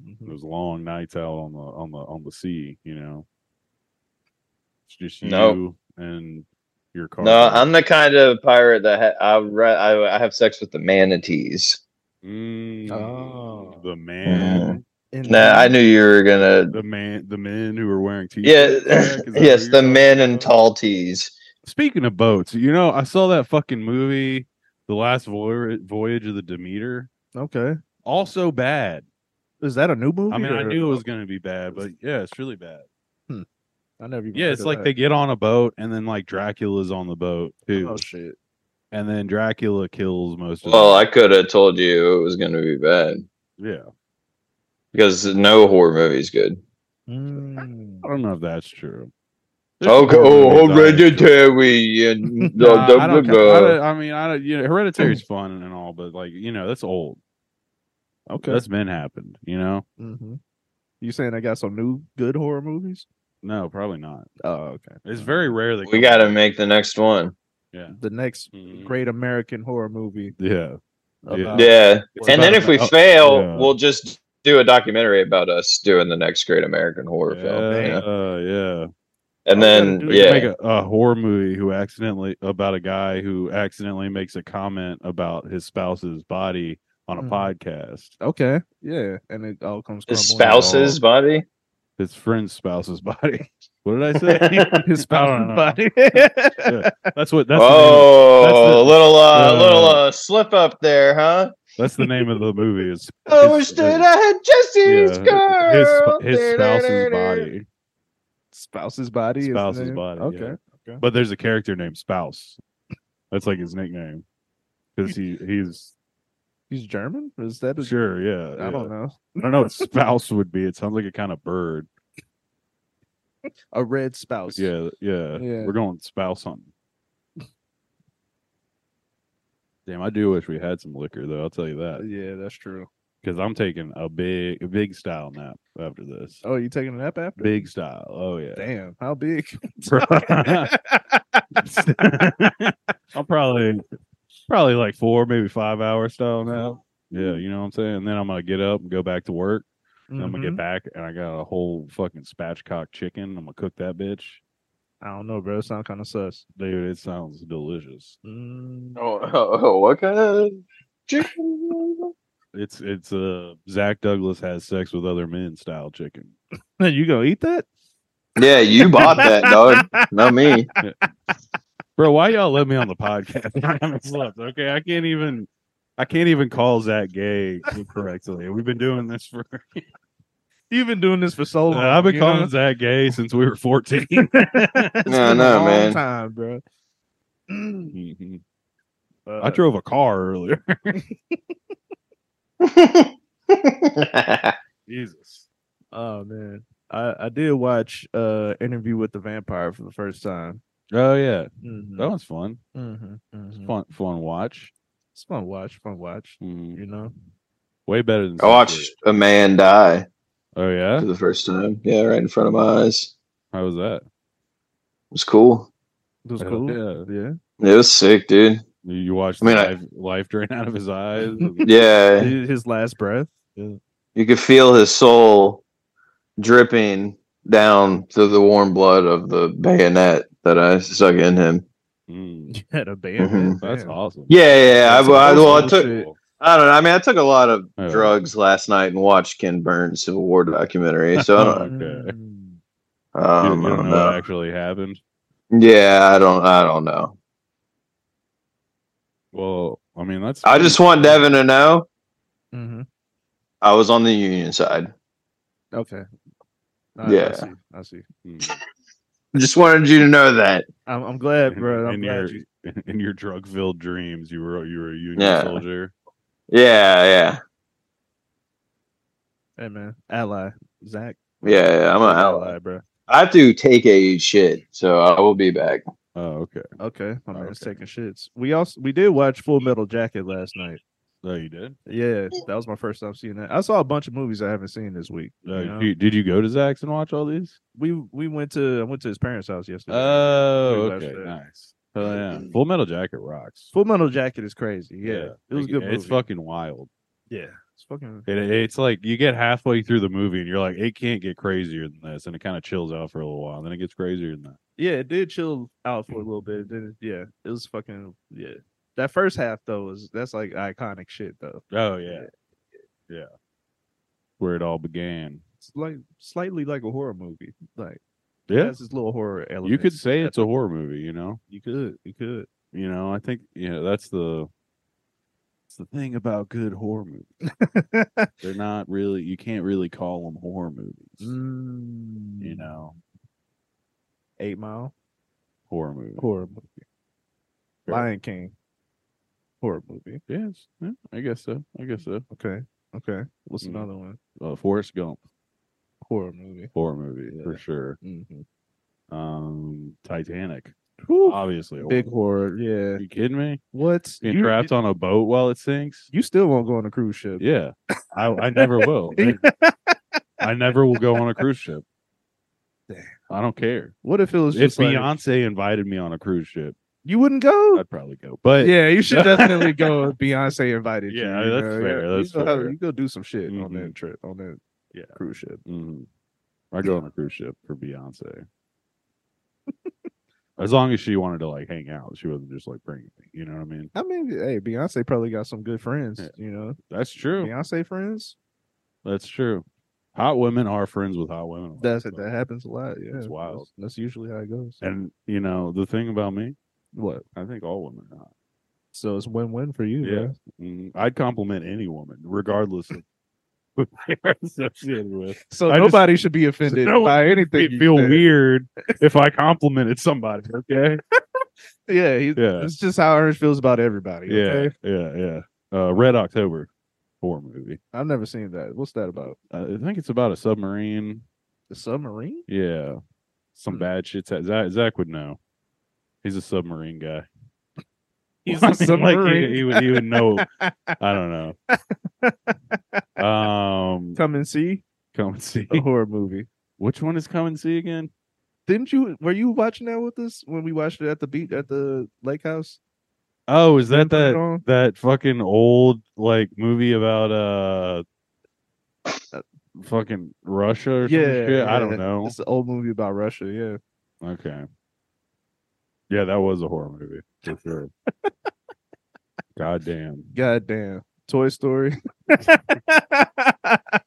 S3: Mhm.
S2: Those long nights out on the on the on the sea, you know. It's just you
S1: Nope.
S2: and your car.
S1: No, I'm the kind of pirate that ha- I, ra- I I have sex with the manatees.
S2: Mm,
S3: Oh.
S2: the man,
S3: And
S1: Nah, I
S3: then-
S1: knew you were gonna.
S2: the man, the men who are wearing t
S1: Yeah, [laughs] yes, the
S2: uh,
S1: men in tall tees.
S2: Speaking of boats, you know, I saw that fucking movie, The Last Voy- Voyage of the Demeter.
S3: Okay.
S2: Also bad.
S3: Is that a new movie?
S2: I mean, I
S3: or-
S2: knew it was going to be bad, but yeah, it's really bad.
S3: I never. Even
S2: Yeah,
S3: heard
S2: it's
S3: of
S2: like
S3: that.
S2: they get on a boat and then like Dracula's on the boat too,
S3: Oh shit!
S1: [laughs]
S2: and then Dracula kills most of
S1: Well, I could have told you it was going to be bad
S2: them. Yeah,
S1: because no horror movie's good.
S3: Mm.
S2: I don't know if that's true.
S1: Oh,
S2: There's horror
S1: oh,
S2: movies I enjoy.
S1: hereditary and the,
S2: [laughs] Nah,
S1: the-
S2: I, don't,
S1: the-
S2: ca- I, don't- I mean, I don't, you
S1: [clears throat]
S2: know, Hereditary's fun and all, but like you know, that's old.
S3: Okay.
S2: That's been happened. You know,
S3: hmm You saying I got some new good horror movies?
S2: no, probably not.
S3: Oh, okay.
S2: It's very rare that
S1: we got to make the next one.
S3: The next
S2: Mhm.
S3: great American horror movie.
S2: Yeah, Uh,
S3: about-
S1: Yeah,
S3: It's
S1: and then
S2: about
S1: if we
S2: about-
S1: fail,
S2: Oh, yeah.
S1: we'll just do a documentary about us doing the next great American horror film.
S2: yeah,
S1: yeah.
S2: uh, yeah.
S1: And
S3: All we
S1: then
S3: gotta do is
S1: yeah,
S2: Make a, a horror movie who accidentally about a guy who accidentally makes a comment about his spouse's body on a
S3: Mhm.
S2: podcast.
S3: Okay. Yeah, and it all comes.
S1: his
S3: crumbling down.
S1: spouse's body.
S2: his friend's spouse's [laughs] body. What did I say?
S3: [laughs]
S1: [laughs]
S3: His
S2: I don't
S3: spouse's
S2: know. [laughs]
S3: body.
S2: that's what that's,
S1: oh,
S2: that's the-
S1: a little uh,
S2: uh,
S1: little uh, slip up there, huh?
S2: the name, that's the name of the movie. Is
S1: I wish that I had Jesse's
S2: uh, yeah, his,
S1: girl.
S2: sp- his
S3: spouse's
S2: spouse's body,
S3: body. is the
S2: spouse's
S3: name?
S2: body.
S3: Okay.
S2: yeah.
S3: okay.
S2: but there's a character named Spouse. That's like his nickname because he he's
S3: He's German. Is that? A,
S2: sure. Yeah,
S3: I don't
S2: yeah.
S3: know.
S2: I don't know what spouse would be. It sounds like a kind of bird.
S3: A red spouse.
S2: Yeah, yeah.
S3: Yeah.
S2: We're going spouse hunting. Damn, I do wish we had some liquor though. I'll tell you that.
S3: Yeah, that's true.
S2: because I'm taking a big, a big style nap after this.
S3: Oh, you taking a nap after?
S2: Big style. Oh yeah.
S3: Damn, how big?
S2: I'm probably, probably like four, maybe five hour style now. Yeah, you know what I'm saying. And then I'm gonna get up and go back to work. And I'm gonna get
S3: Mhm.
S2: back, and I got a whole fucking spatchcock chicken. I'm gonna cook that bitch,
S3: I don't know, bro. It sounds kind of sus.
S2: dude. It sounds delicious.
S1: [laughs]
S3: Mm, [laughs]
S1: Oh, oh, oh, what kind of chicken?
S2: It's it's uh Zach Douglas has sex with other men style chicken.
S3: you gonna eat that?
S1: yeah,
S3: [laughs]
S1: you bought that, dog. Not me.
S2: Bro, why y'all let me on the podcast? [laughs] I haven't slept. Okay, I can't even. I can't even call Zach gay correctly. We've been doing this for.
S3: You've been doing this for so long.
S2: Uh, I've been
S3: Oh, you know?
S2: calling Zach gay since we were fourteen.
S1: [laughs]
S3: It's
S1: No,
S3: been a
S1: no,
S3: long
S1: man.
S3: Time, bro. [clears throat] Mm,
S2: Mhm. I
S3: uh,
S2: drove a car earlier. Jesus.
S3: oh man, I, I did watch uh interview with the vampire for the first time.
S2: Oh yeah,
S3: Mm-hmm.
S2: that was fun.
S3: mm-hmm,
S2: It's fun, fun watch.
S3: It's fun watch, fun watch.
S2: Mhm.
S3: You know,
S2: Way better than.
S1: [laughs] I watched a man die
S2: Oh
S1: for
S2: yeah,
S1: the first time. Yeah, right in front of my eyes.
S2: how was that?
S1: It was cool.
S3: it was
S2: Hell
S3: cool.
S2: yeah.
S3: yeah.
S1: It was sick, dude.
S2: You you watched
S1: I mean,
S2: the
S1: I-
S2: life, life drain out of
S3: [laughs]
S2: his eyes.
S1: Yeah,
S3: His his last breath.
S1: you could feel his soul dripping down through the warm blood of the bayonet that I stuck in him.
S3: [laughs]
S2: Mm,
S3: You had a band.
S1: Mhm.
S2: that's awesome.
S1: Yeah, yeah. I,
S3: That's
S1: I, well, I
S3: awesome.
S1: took. I don't know. I mean, I took a lot of
S2: Yeah.
S1: drugs last night and watched Ken Burns' Civil War documentary. So I don't,
S3: [laughs]
S2: Okay. You-
S1: um,
S2: you
S1: I don't
S2: don't know what
S1: know.
S2: actually happened.
S1: Yeah, I don't. I don't know.
S2: Well, I mean that's.
S1: I just want Devin to know
S3: hmm
S1: I was on the Union side.
S3: Okay. I, I
S1: Yeah.
S3: see. I see.
S2: Mm.
S1: I just wanted you to know that.
S3: I'm, I'm glad, bro. I'm
S2: in
S3: glad
S2: your
S3: you.
S2: [laughs] in your drug filled dreams, you were you were a Union
S1: Yeah.
S2: soldier.
S1: Yeah, yeah,
S3: Hey, man. Ally. Zach.
S1: yeah. yeah I'm an ally.
S3: bro.
S1: I have to take a shit, so I will be back.
S2: Oh, okay.
S3: Okay. My
S2: Oh,
S3: man's
S2: okay.
S3: taking shits. We also we did watch Full Metal Jacket last night.
S2: No, Oh, you did.
S3: Yeah, that was my first time seeing that. I saw a bunch of movies I haven't seen this week.
S2: Uh,
S3: you know?
S2: you- did you go to Zach's and watch all these?
S3: We we went to I went to his parents' house yesterday.
S2: Oh,
S3: We watched
S2: okay,
S3: that.
S2: nice. Hell yeah, Full Metal Jacket rocks.
S3: Full Metal Jacket is crazy. Yeah, it was a good.
S2: It's
S3: movie.
S2: fucking wild.
S3: Yeah, it's fucking.
S2: It, it's like you get halfway through the movie and you're like, it can't get crazier than this, and it kind of chills out for a little while, and then it gets crazier than that.
S3: Yeah, it did chill out for a little bit. Then it- yeah, it was fucking yeah. That first half though was that's like iconic shit though.
S2: Oh yeah, yeah. Where it all began.
S3: It's like slightly like a horror movie. Like it
S2: Yeah,
S3: has this little horror element.
S2: you could say it's a horror movie. You know, [laughs]
S3: you could you could.
S2: you know. I think you know that's the the thing about good horror movies. They're not really. You can't really call them horror movies. You know,
S3: Mm. Eight Mile,
S2: horror movies.
S3: horror movie.
S2: Sure.
S3: Lion King, horror movie.
S2: Yes, yeah, I guess so. I guess so.
S3: Okay, okay. What's
S2: Mm.
S3: another one?
S2: Uh, Forrest Gump,
S3: Horror movie.
S2: horror movie
S3: Yeah.
S2: for sure.
S3: Mm-hmm.
S2: Um, Titanic, obviously. a
S3: Ah, Big
S2: horror-
S3: horror. Yeah.
S2: You kidding me?
S3: What?
S2: Being
S3: You-
S2: trapped on a boat while it sinks.
S3: You still won't go on a cruise ship.
S2: Yeah, I, I never [laughs] will. I never will go on a cruise ship.
S3: Damn.
S2: I don't care.
S3: What if it was
S2: If
S3: just like,
S2: Beyonce invited me on a cruise ship,
S3: you wouldn't go?
S2: I'd probably go. But yeah,
S3: Yeah, you should definitely
S2: [laughs]
S3: go if Beyonce invited you.
S2: Yeah,
S3: you.
S2: that's fair, that's
S3: you, go have-
S2: fair.
S3: you go do some shit on
S2: Mhm.
S3: that trip on that
S2: Yeah.
S3: cruise ship.
S2: Mm-hmm. I go on a cruise ship for Beyonce. [laughs] as long as she wanted to like hang out, she wasn't just like bringing me. You know what I mean?
S3: I mean, hey, Beyonce probably got some good friends,
S2: Yeah.
S3: you know.
S2: That's true.
S3: Beyonce friends.
S2: That's true. Hot women are friends with hot women. a lot,
S3: That's it.
S2: so-
S3: That happens a lot. Yeah.
S2: That's wild.
S3: That's, that's usually how it goes.
S2: And you know the thing about me,
S3: what?
S2: I think all women are hot.
S3: So it's win win for you,
S2: Yeah.
S3: yeah.
S2: Mhm. I'd compliment any woman, regardless of [laughs] who they are associated with.
S3: So
S2: I just-
S3: nobody should be offended
S2: No one
S3: by anything.
S2: It'd
S3: you
S2: feel
S3: said. [laughs]
S2: weird if I complimented somebody. Okay.
S3: Yeah, he's,
S2: Yeah.
S3: It's just how Orange feels about everybody.
S2: Yeah.
S3: okay?
S2: Yeah. Yeah. Uh, Red October, horror movie.
S3: I've never seen that. What's that about?
S2: I I think it's about a submarine.
S3: The submarine?
S2: Yeah. Some
S3: Hmm.
S2: bad shit's ha- Zach, Zach would know. He's a submarine guy.
S3: [laughs] He's
S2: [laughs] I
S3: a
S2: mean, like, he-
S3: submarine.
S2: he, would, he would know.
S3: [laughs]
S2: I don't know. Um,
S3: Come and see
S2: come
S3: [laughs]
S2: and see. [laughs]
S3: a horror movie.
S2: Which one is come and see again?
S3: Didn't you? Were you watching that with us when we watched it at the beach at the lake house?
S2: Oh, is that
S3: Put it
S2: that
S3: on?
S2: that fucking old like movie about uh fucking Russia or some shit?
S3: Uh,
S2: I
S3: yeah.
S2: don't know.
S3: It's an old movie about Russia. Yeah,
S2: Okay. Yeah, that was a horror movie for sure. God damn.
S3: goddamn Toy Story. [laughs]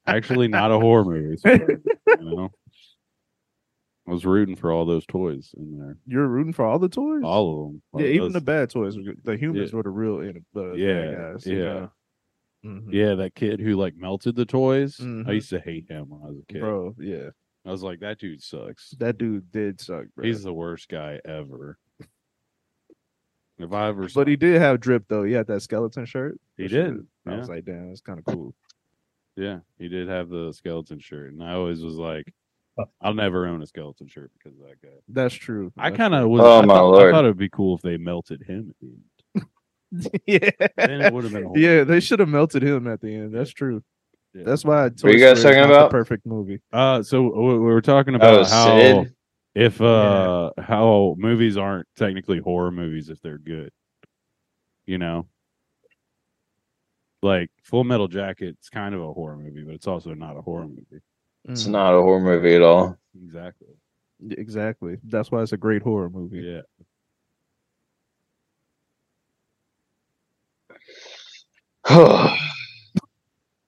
S2: Actually, not a horror movie. it's a horror movie, you know? I was rooting for all those toys in there,
S3: You're rooting for all the toys.
S2: all of them.
S3: yeah, even the bad toys. were good. The humans were the real in the
S2: Yeah,
S3: bad guys,
S2: yeah.
S3: Mhm.
S2: yeah, that kid who like melted the toys. I
S3: Mhm.
S2: used to hate him when I was a kid.
S3: bro. Yeah,
S2: I was like, that dude sucks.
S3: that dude did suck, bro.
S2: He's the worst guy ever. If I ever, saw-
S3: but he did have drip though. He had that skeleton shirt.
S2: He
S3: which
S2: did,
S3: was- I
S2: yeah.
S3: was like, damn, that's kind of cool.
S2: yeah, he did have the skeleton shirt, and I always was like, I'll never own a skeleton shirt because of that guy.
S3: That's true.
S2: I
S3: That's
S2: kind of was.
S1: Oh,
S2: I,
S1: my
S2: thought, I
S1: lord.
S2: thought it'd be cool if they melted him. At the end.
S3: true. [laughs] yeah. [laughs]
S2: Then it would have been. a whole-
S3: Yeah, they should have melted him at the end. That's true.
S2: Yeah.
S3: That's why. Toy
S1: you guys
S3: Story is
S1: talking
S3: not the
S1: about?
S3: perfect movie?
S2: Uh, so we we were talking about
S1: Oh,
S2: how
S1: Sid.
S2: if uh how movies aren't technically horror movies if they're good, you know. Like Full Metal Jacket, it's kind of a horror movie, but it's also not a horror movie.
S1: It's
S3: Mm,
S1: not a horror movie at all. [sighs]
S2: Exactly.
S3: exactly. That's why it's a great horror movie.
S2: Yeah.
S1: Uh,
S3: [laughs]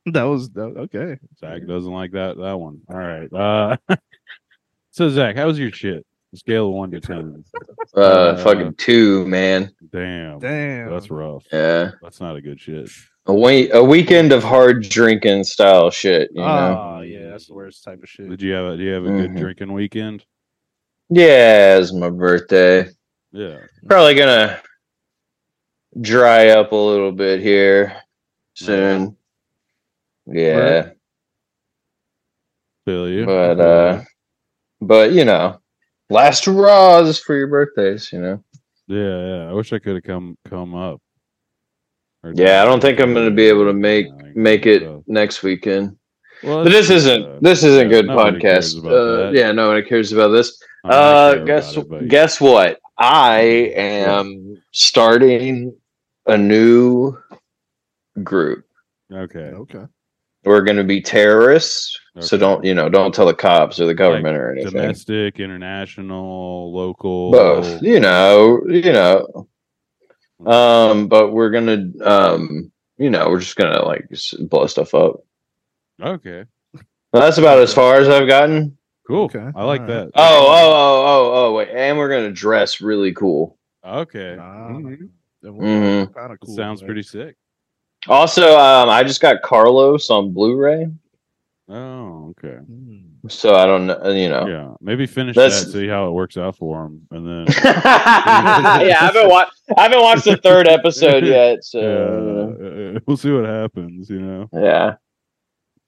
S3: That was that, okay.
S2: Zach doesn't like that that one. All right. Uh [laughs] so Zach, how's your shit? Scale of one to ten.
S1: uh, fucking two, man.
S2: Damn.
S3: Damn,
S2: That's rough.
S1: Yeah.
S2: That's not a good shit.
S1: A, we- a weekend of hard drinking style shit. You know?
S3: Oh yeah, that's the worst type of shit.
S2: Did you have a do you have a good
S1: Mhm.
S2: drinking weekend?
S1: yeah, it's my birthday.
S2: Yeah.
S1: Probably gonna dry up a little bit here soon. Yeah,
S2: Feel you.
S1: but
S2: Feel
S1: uh, but you know, last hurrahs is for your birthdays. You know.
S2: you. yeah, yeah. I wish I could have come come up. Or
S1: Yeah, I don't think I'm gonna be able to
S2: Yeah,
S1: make
S2: I guess
S1: make it
S2: so.
S1: next weekend.
S2: Well,
S1: But this
S2: that's-
S1: isn't
S2: uh,
S1: this isn't
S2: yeah,
S1: good
S2: nobody cares
S1: podcast.
S2: about
S1: Uh,
S2: that.
S1: yeah, nobody cares about this.
S2: I mean, I
S1: Uh,
S2: care about
S1: guess
S2: it, but-
S1: guess what? I am starting a new group.
S2: okay.
S3: Okay.
S1: We're going to be terrorists, so
S2: Okay.
S1: don't you know? Don't tell the cops or the government or anything.
S2: Domestic, international, local.
S1: Both, you know, you know. Um, but we're gonna, um, you know, we're just gonna like s- blow stuff up.
S2: Okay.
S1: That's about as far as I've gotten.
S2: Cool.
S3: Okay,
S2: I like
S3: alright.
S2: that.
S1: Oh, oh, oh, oh, oh, wait, and we're gonna dress really cool.
S2: Okay.
S3: Nah,
S2: Mhm.
S3: that
S1: Mhm.
S3: kind of cool.
S2: Sounds
S3: man.
S2: pretty sick.
S1: Also, um, I just got Carlos on Blu-ray,
S2: Oh, okay.
S3: mm.
S1: so I don't know. You [laughs] know.
S2: Yeah, [laughs] maybe finish
S1: That's-
S2: that, see how it works out for him, and then
S1: Yeah, I haven't watched. I haven't watched the third
S2: [laughs]
S1: episode yet. So
S2: yeah, uh, we'll see what happens. You know,
S1: yeah,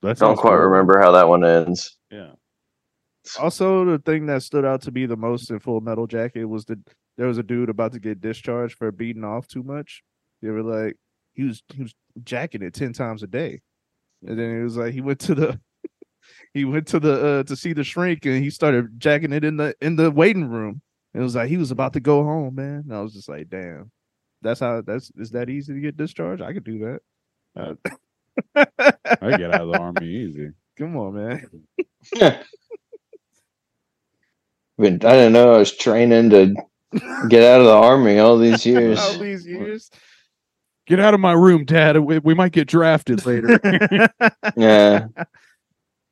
S2: that's
S1: don't quite remember how that one ends.
S2: Yeah,
S3: Also, the thing that stood out to me the most in Full Metal Jacket was that there was a dude about to get discharged for beating off too much. They were like, he was he was jacking it ten times a day, and then it was like he went to the [laughs] he went to the uh, to see the shrink and he started jacking it in the in the waiting room. And it was like he was about to go home, man. And I was just like, damn, that's how that's is that easy to get discharged? I could do that. Uh,
S2: I get out of the army easy.
S3: Come on, man. [laughs]
S1: Been- I didn't know I was training to get out of the army all [laughs] these years.
S3: All these years.
S2: [laughs] Get out of my room, Dad. We, we might get drafted later.
S1: Yeah.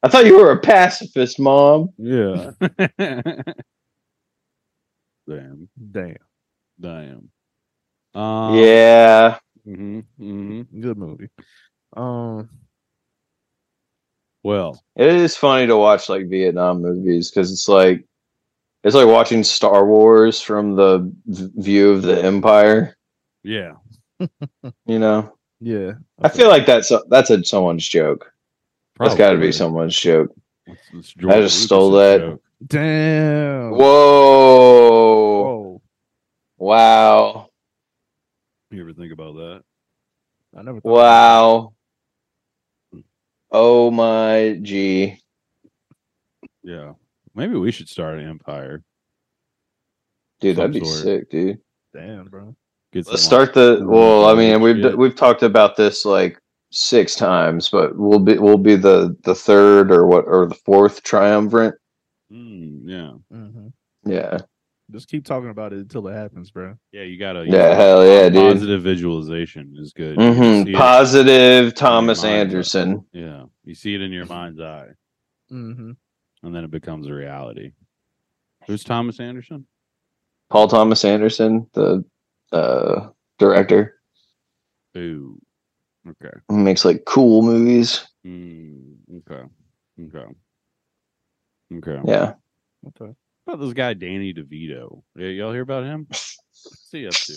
S1: I thought you were a pacifist, mom.
S2: yeah. [laughs] Damn.
S3: [laughs] Damn.
S2: Damn. Um,
S1: yeah.
S2: hmm hmm
S3: Good movie. Um,
S2: Well,
S1: It is funny to watch like Vietnam movies because it's like it's like watching Star Wars from the v- view of the Empire.
S2: yeah.
S1: You know,
S3: yeah.
S1: I feel like that's a, that's a someone's joke. That's got to be someone's joke.
S2: It's- it's George
S1: just stole
S2: Lucas's
S1: that.
S2: joke.
S3: Damn.
S1: Whoa!
S3: Whoa.
S1: Wow!
S2: You ever think about that?
S3: I never. thought about
S1: Wow! Oh my g!
S2: Yeah. Maybe we should start an empire.
S1: Dude, that'd
S2: Some
S1: be
S2: sort.
S1: sick, dude.
S3: that. Damn, bro.
S1: Let's
S2: Get some, like,
S1: start the
S2: some
S1: well. I mean,
S2: weird
S1: we've
S2: shit.
S1: we've talked about this like six times, but we'll be we'll be the the third or what or the fourth triumvirate.
S2: Mm, yeah.
S3: hmm
S1: Yeah,
S3: Just keep talking about it until it happens, bro.
S2: Yeah, Oh, you gotta. you
S1: yeah,
S2: gotta-
S1: hell yeah, dude.
S2: Positive visualization is good. You see
S1: hmm
S2: it-
S1: Positive Thomas
S2: Mind,
S1: Anderson.
S2: yeah, you see it in your mind's eye,
S3: Mm-hmm.
S2: and then it becomes a reality. Who's Thomas Anderson?
S1: Paul Thomas Anderson, the uh, director,
S2: Ooh, okay,
S1: He makes like cool movies.
S2: mm, okay, okay, okay.
S1: Yeah,
S3: Okay.
S2: What about this guy Danny DeVito? Yeah, y'all hear about him? What's he up to?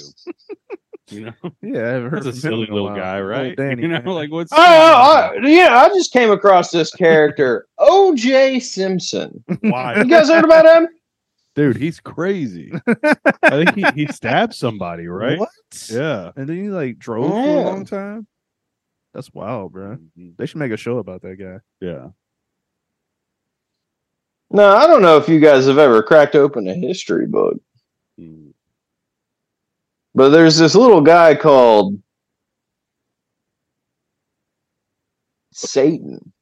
S2: you know,
S3: Yeah, I haven't [laughs] heard
S2: that's a
S3: from him
S2: silly
S3: in a
S2: little
S3: while.
S2: guy,
S3: Little
S2: right? [laughs]
S3: Danny,
S2: you know,
S3: man.
S2: like what's?
S1: oh, oh, yeah. I just came across this character, O.J. Simpson.
S2: why?
S1: You guys heard about him?
S2: Dude, he's
S3: [laughs]
S2: crazy. I think he, he stabbed somebody, right?
S3: What?
S2: Yeah.
S3: And then he like drove for
S1: Yeah.
S3: a long time. That's wild, bro. They should make a show about that guy.
S2: Mm-hmm. Yeah.
S1: No, I don't know if you guys have ever cracked open a history book.
S2: Mm.
S1: But there's this little guy called Satan.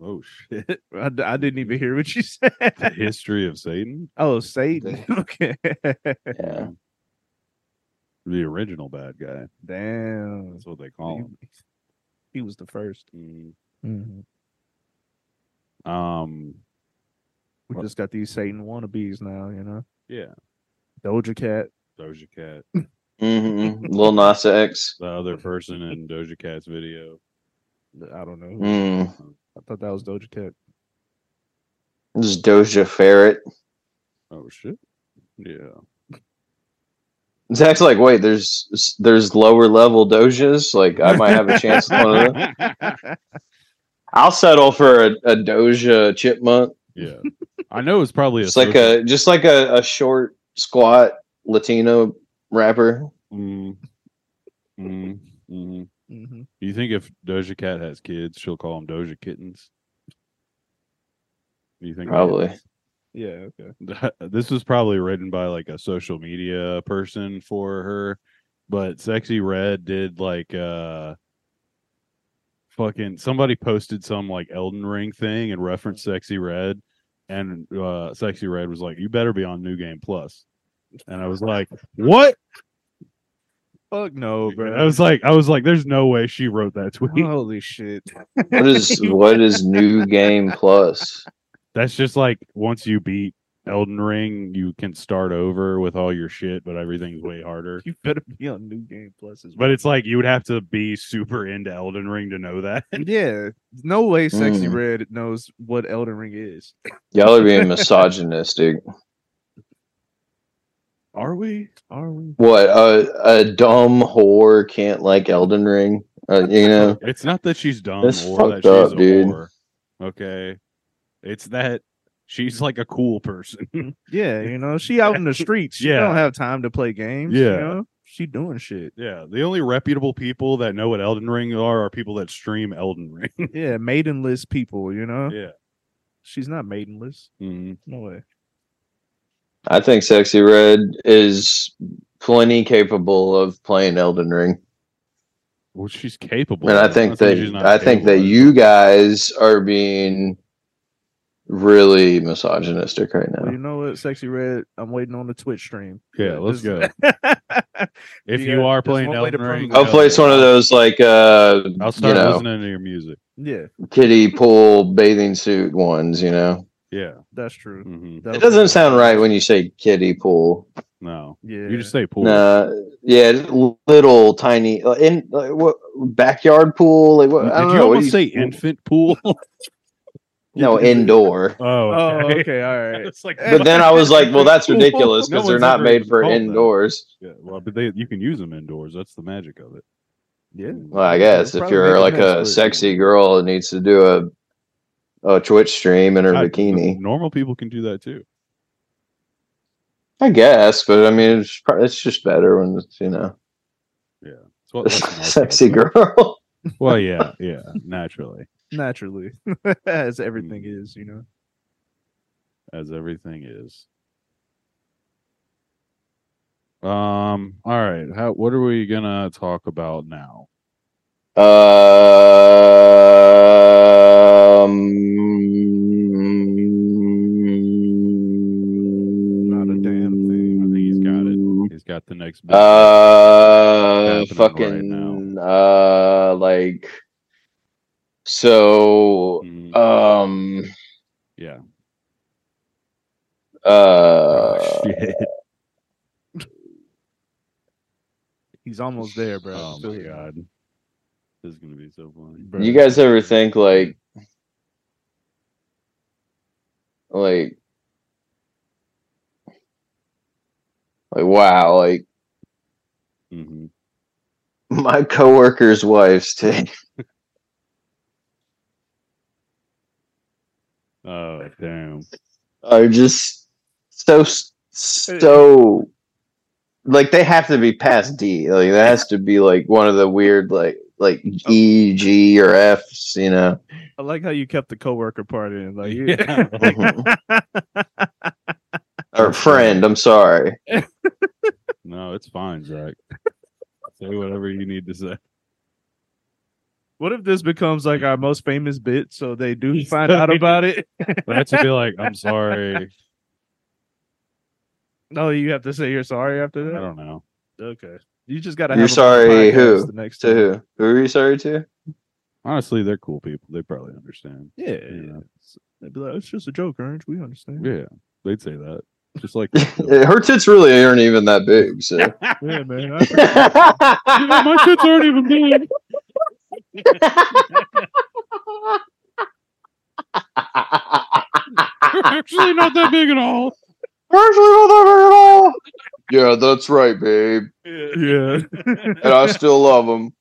S2: Oh
S3: [laughs]
S2: shit.
S3: I, d- I didn't even hear what you [laughs] said.
S2: The history of Satan?
S3: Oh, Satan. okay. [laughs]
S1: Yeah.
S2: The original bad guy.
S3: Damn.
S2: That's what they call him.
S3: He, he was the Mm-hmm. 1st
S2: Um
S3: We
S2: What?
S3: just got these Satan wannabes now, you know.
S2: Yeah.
S3: Doja Cat.
S2: Doja Cat.
S1: Mm-hmm. [laughs] Lil Nas X.
S2: The other person in Doja Cat's video.
S3: I don't know.
S1: Mm.
S3: I thought that was Doja Cat.
S1: This is Doja Ferret.
S2: Oh shit. Yeah.
S1: Zach's like, wait, there's there's lower level Dojas. Like, I might have a chance with one of
S2: [laughs]
S1: them. I'll settle for a, a Doja chipmunk.
S2: yeah. I know it's probably a
S1: Just like
S2: social-
S1: a just like a, a short, squat Latino rapper.
S2: Mm. Mm. Mm.
S3: Mm-hmm.
S2: You think if Doja Cat has kids, she'll call them Doja Kittens? You think that-
S1: Probably.
S3: Yeah. Okay.
S2: [laughs] this was probably written by like a social media person for her but sexy red did like uh fucking somebody posted some like elden ring thing and referenced sexy red and uh sexy red was like you better be on new game plus and i was like what
S3: Fuck no, bro. [laughs]
S2: i was like i was like there's no way she wrote that tweet [laughs]
S3: Holy shit.
S1: What is what is new game plus?
S2: that's just like once you beat Elden Ring, you can start over with all your shit, but everything's way harder.
S3: You better be on New Game Plus as well.
S2: But it's like you would have to be super into Elden Ring to know that. [laughs]
S3: [laughs] yeah, no way Sexy
S1: Mm.
S3: Red knows what Elden Ring is.
S1: Y'all are being misogynistic.
S2: Are we?
S3: Are we?
S1: What a a dumb whore can't like Elden Ring. Uh, you know,
S2: It's not that she's dumb
S1: That's
S2: or that
S1: fucked
S2: she's
S1: up,
S2: a
S1: dude.
S2: whore. Okay. It's that she's like a cool person. [laughs]
S3: Yeah, you know, she out in the streets. She
S2: Yeah.
S3: don't have time to play games. Yeah,
S2: Yeah.
S3: you know? she doing
S2: [laughs]
S3: shit.
S2: yeah. The only reputable people that know what Elden Ring are are people that stream Elden Ring.
S3: Yeah, maidenless people. You know,
S2: [laughs] yeah.
S3: she's not maidenless.
S2: Mhm.
S3: No way.
S1: I think Sexy Red is plenty capable of playing Elden Ring,
S2: Well, she's capable.
S1: and I
S2: It's
S1: think
S2: not that
S1: that
S2: she's not
S1: I think that
S2: capable.
S1: you guys are being really misogynistic right
S3: Well, you
S1: now.
S3: know what, Sexy Red? I'm waiting on the Twitch stream.
S2: Yeah, let's
S3: Just-
S2: go.
S3: [laughs]
S2: If you
S3: Yeah,
S2: are
S3: there's
S2: playing
S3: one way to
S2: Elden Ring,
S3: promote
S1: I'll
S3: it.
S1: play one of those like uh,
S2: I'll
S1: you
S2: start
S1: know
S2: listening to your music.
S3: yeah,
S1: kiddie pool bathing suit ones. You know,
S2: Yeah.
S3: that's true.
S2: hmm
S1: it doesn't sound right when you say kiddie pool.
S2: No.
S3: Yeah,
S2: You just say pool.
S1: Nah, yeah, little tiny uh, in like, what backyard pool. Like what?
S2: Did
S1: I don't
S2: you
S1: know, what
S2: almost
S1: do
S2: say infant pool? [laughs] oh,
S1: No, indoor.
S3: Oh,
S2: [laughs] okay.
S3: okay, all right.
S2: It's like,
S1: But then I was like, well, that's
S2: Pool.
S1: ridiculous
S2: [laughs] No
S1: because they're
S2: one's
S1: not
S2: ever
S1: made for
S2: called that.
S1: indoors.
S2: Yeah, well, but they you can use them indoors. That's the magic of it.
S3: Yeah.
S1: Well, I guess if
S3: Probably make
S1: you're
S3: it
S1: like
S3: next
S1: a
S3: week.
S1: sexy girl that needs to do a a Twitch stream in her
S2: I-
S1: bikini,
S2: normal people can do that too.
S1: I guess. But I mean, it's, pro- it's just better when it's you know
S2: It's
S1: [laughs]
S2: what less
S1: sexy girl.
S2: nice. Well, yeah, yeah, naturally,
S3: naturally, [laughs] as everything
S2: Mm.
S3: is, you know.
S2: as everything is. Um. All right. How? What are we gonna talk about now?
S1: Um,
S3: Not a damn
S2: I think he's got it. He's got the next. bit.
S1: Uh,
S2: happening right
S1: fucking uh, like so.
S2: Mhm.
S1: Um,
S2: yeah.
S1: uh,
S2: shit.
S3: He's almost there, bro.
S2: Oh
S3: Feel
S2: my
S3: you.
S2: god. This is gonna be so funny.
S3: Bruh.
S1: you guys ever think like, like, like wow, like
S2: Mhm.
S1: my coworker's wife's titty.
S2: Oh damn.
S1: are just so s- so like they have to be past D. Like that has to be like one of the weird like like E, G, or Fs. You know,
S3: I like how you kept the coworker part in. Like, you-
S2: [laughs] Yeah.
S1: [laughs] or friend. I'm sorry.
S2: No, it's fine, Zach. say whatever you need to say. [laughs]
S3: what if this becomes like our most famous bit? So they do find out about [laughs] it.
S2: That's to be like, I'm sorry.
S3: No, Oh, you have to say you're sorry after
S2: I
S3: that.
S2: don't know.
S3: Okay, you just gotta. Have
S1: You're
S3: him on the
S1: sorry who?
S3: podcast The next
S1: To
S3: time.
S1: who? Who are you sorry to?
S2: Honestly, they're cool people. They probably understand.
S3: Yeah,
S2: You
S3: yeah.
S2: know?
S3: They'd be like, it's just a joke, Orange. We
S2: [laughs]
S3: understand.
S2: Yeah, they'd say that. Just like
S1: Her tits really aren't even that big. [laughs] So.
S3: Yeah,
S2: [laughs]
S3: man. I
S2: You know, my tits
S3: [laughs]
S2: aren't even big. They're actually not that big at all.
S1: yeah, that's right, babe.
S3: Yeah.
S1: and I still love [laughs] them.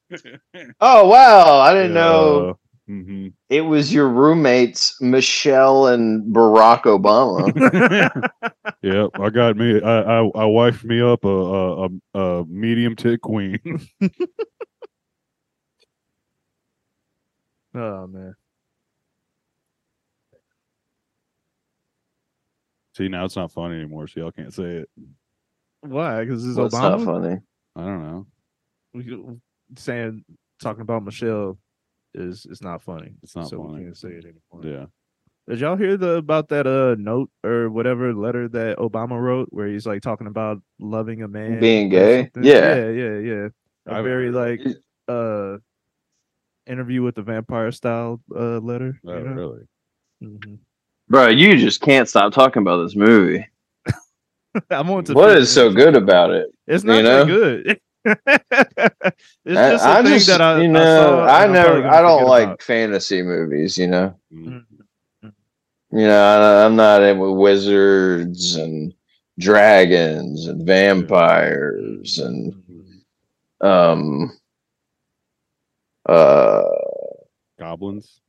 S1: Oh wow, I didn't know
S2: hmm
S1: it was your roommates Michelle and Barack Obama.
S3: [laughs]
S2: yep, I got me. I I, I wifed me up a a, a, a medium tit queen. [laughs]
S3: oh man.
S2: See, now it's not funny anymore. So y'all can't say it.
S3: Why? Because it's
S1: Well, it's not
S3: Obama.
S1: funny.
S2: I don't know.
S3: We could- saying talking about Michelle is it's not funny.
S2: It's not
S3: so
S2: funny.
S3: we can't say it anymore.
S2: Yeah.
S3: Did y'all hear the about that uh note or whatever letter that Obama wrote where he's like talking about loving a man
S1: Being
S3: or
S1: gay?
S3: something?
S1: Yeah.
S3: yeah, yeah, yeah. A
S2: I've
S3: very
S2: heard
S3: like
S1: it.
S3: uh interview with the vampire style uh letter.
S2: Oh,
S3: you know?
S2: really?
S3: Mhm.
S1: Bro, you just can't stop talking about this movie.
S3: [laughs] I'm on to
S1: What
S3: fifty.
S1: is so good about it?
S3: It's not
S1: you know?
S3: that good. [laughs] it's just a
S1: I, I
S3: thing
S1: just,
S3: that I
S1: you
S3: I,
S1: know, I,
S3: saw and I'm probably
S1: never,
S3: gonna
S1: I don't
S3: forget
S1: like
S3: about.
S1: fantasy movies. You know,
S2: Mm.
S1: you know, I, I'm not in with wizards and dragons and vampires and
S3: Mm-hmm.
S1: um uh
S2: Goblins.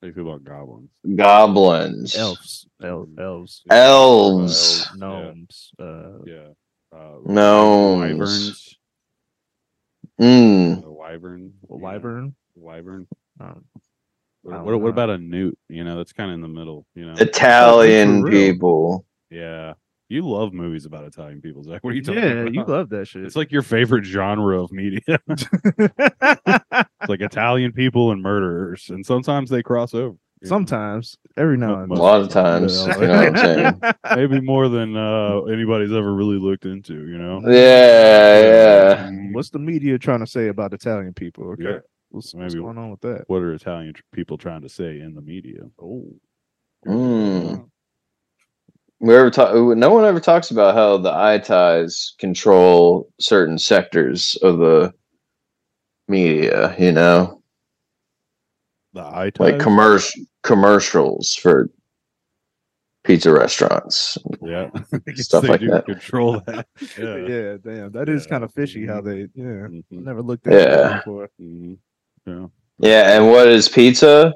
S2: How do you feel about goblins?
S1: goblins,
S3: elves, el- elves,
S1: elves.
S2: Mm. yeah.
S3: gnomes. Uh,
S2: Yeah. Uh,
S1: Gnomes.
S2: Wyverns.
S1: Mm.
S2: The
S3: a
S2: wyvern. you know,
S3: wyvern.
S2: Wyvern.
S3: Um, I
S2: What,
S3: don't
S2: what,
S3: know.
S2: what about a newt? You know, that's kind of in the middle. You know.
S1: Italian
S3: For real.
S1: people.
S2: yeah. You love movies about Italian people, Zach. What are you talking
S3: yeah,
S2: about?
S3: you love that shit.
S2: it's like your favorite genre
S3: [laughs]
S2: of media. [laughs] it's like Italian people and murderers, and sometimes they cross over. you know?
S3: Sometimes, every now
S2: Not
S3: and
S1: A
S2: much.
S3: then.
S1: lot of times, you know what
S3: [laughs]
S1: I'm saying?
S2: maybe more than uh, anybody's ever really looked into. You know.
S1: [laughs]
S2: Mm,
S1: Yeah, yeah.
S3: What's the media trying to say about Italian people? Okay,
S2: Yeah.
S3: what's,
S2: Maybe
S3: what's
S2: we'll-
S3: going on with that?
S2: What are Italian tr- people trying to say in the media? Oh,
S1: Mm. We ever talk, no one ever talks about how the eye ties control certain sectors of the media, you know,
S2: the eye ties.
S1: like commercial commercials for pizza restaurants.
S2: yeah,
S1: Stuff
S2: [laughs] they
S1: like
S2: do
S1: that.
S2: [laughs] Control that.
S3: Yeah,
S2: Yeah.
S3: damn, that is
S2: Yeah.
S3: kind of fishy how they. Yeah, I
S2: Mhm.
S3: never looked at that
S1: Yeah.
S3: before.
S2: Mhm. Yeah.
S1: Yeah, and what is pizza?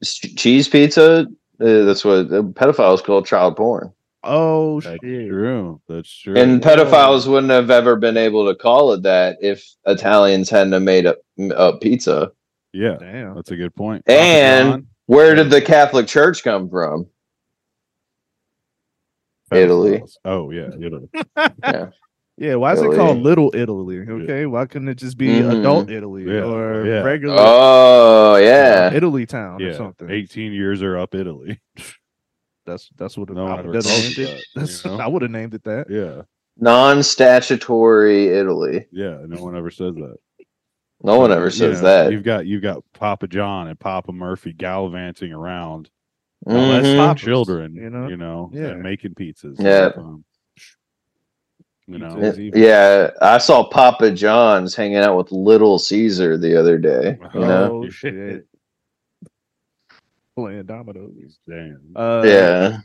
S1: S- cheese pizza? Uh, that's what uh, pedophiles call child porn.
S3: Oh
S2: That's
S3: shit!
S2: true. That's true.
S1: And
S3: Wow.
S1: pedophiles wouldn't have ever been able to call it that if Italians hadn't have made up, up pizza.
S2: yeah,
S3: Damn.
S2: that's a good point.
S1: And-
S2: Papa John,
S1: Where did the Catholic Church come from? Italy.
S2: pedophiles. Oh yeah, Italy.
S3: Yeah, why is it
S1: Italy.
S3: called Little Italy? Okay, why couldn't it just be
S1: Mhm.
S3: Adult Italy
S2: Yeah,
S3: or
S2: yeah.
S3: regular
S1: Oh
S3: uh,
S1: yeah,
S3: Italy Town or
S2: yeah,
S3: something?
S2: eighteen years are up Italy. [laughs]
S3: That's that's what
S2: No
S3: I
S2: one ever
S3: would have
S2: told
S3: named
S2: you
S3: it.
S2: that,
S3: That's-
S2: you [laughs] know?
S3: [laughs] I would have named it that.
S2: Yeah,
S1: non-statutory Italy.
S2: yeah. No one ever says that.
S1: No one
S2: But,
S1: ever
S2: you
S1: says
S2: know,
S1: that.
S2: You've got you've got Papa John and Papa Murphy gallivanting around
S1: Mhm.
S2: molesting
S3: Papas,
S2: children,
S3: you
S2: you
S3: know?
S2: know,
S3: Yeah.
S2: and making pizzas.
S1: Yeah.
S2: Um, you know,
S3: Pizzas.
S1: It- yeah, I saw Papa John's hanging out with Little Caesar the other day. You know,
S3: Oh shit! Playing dominoes.
S2: damn,
S3: Uh,
S1: yeah.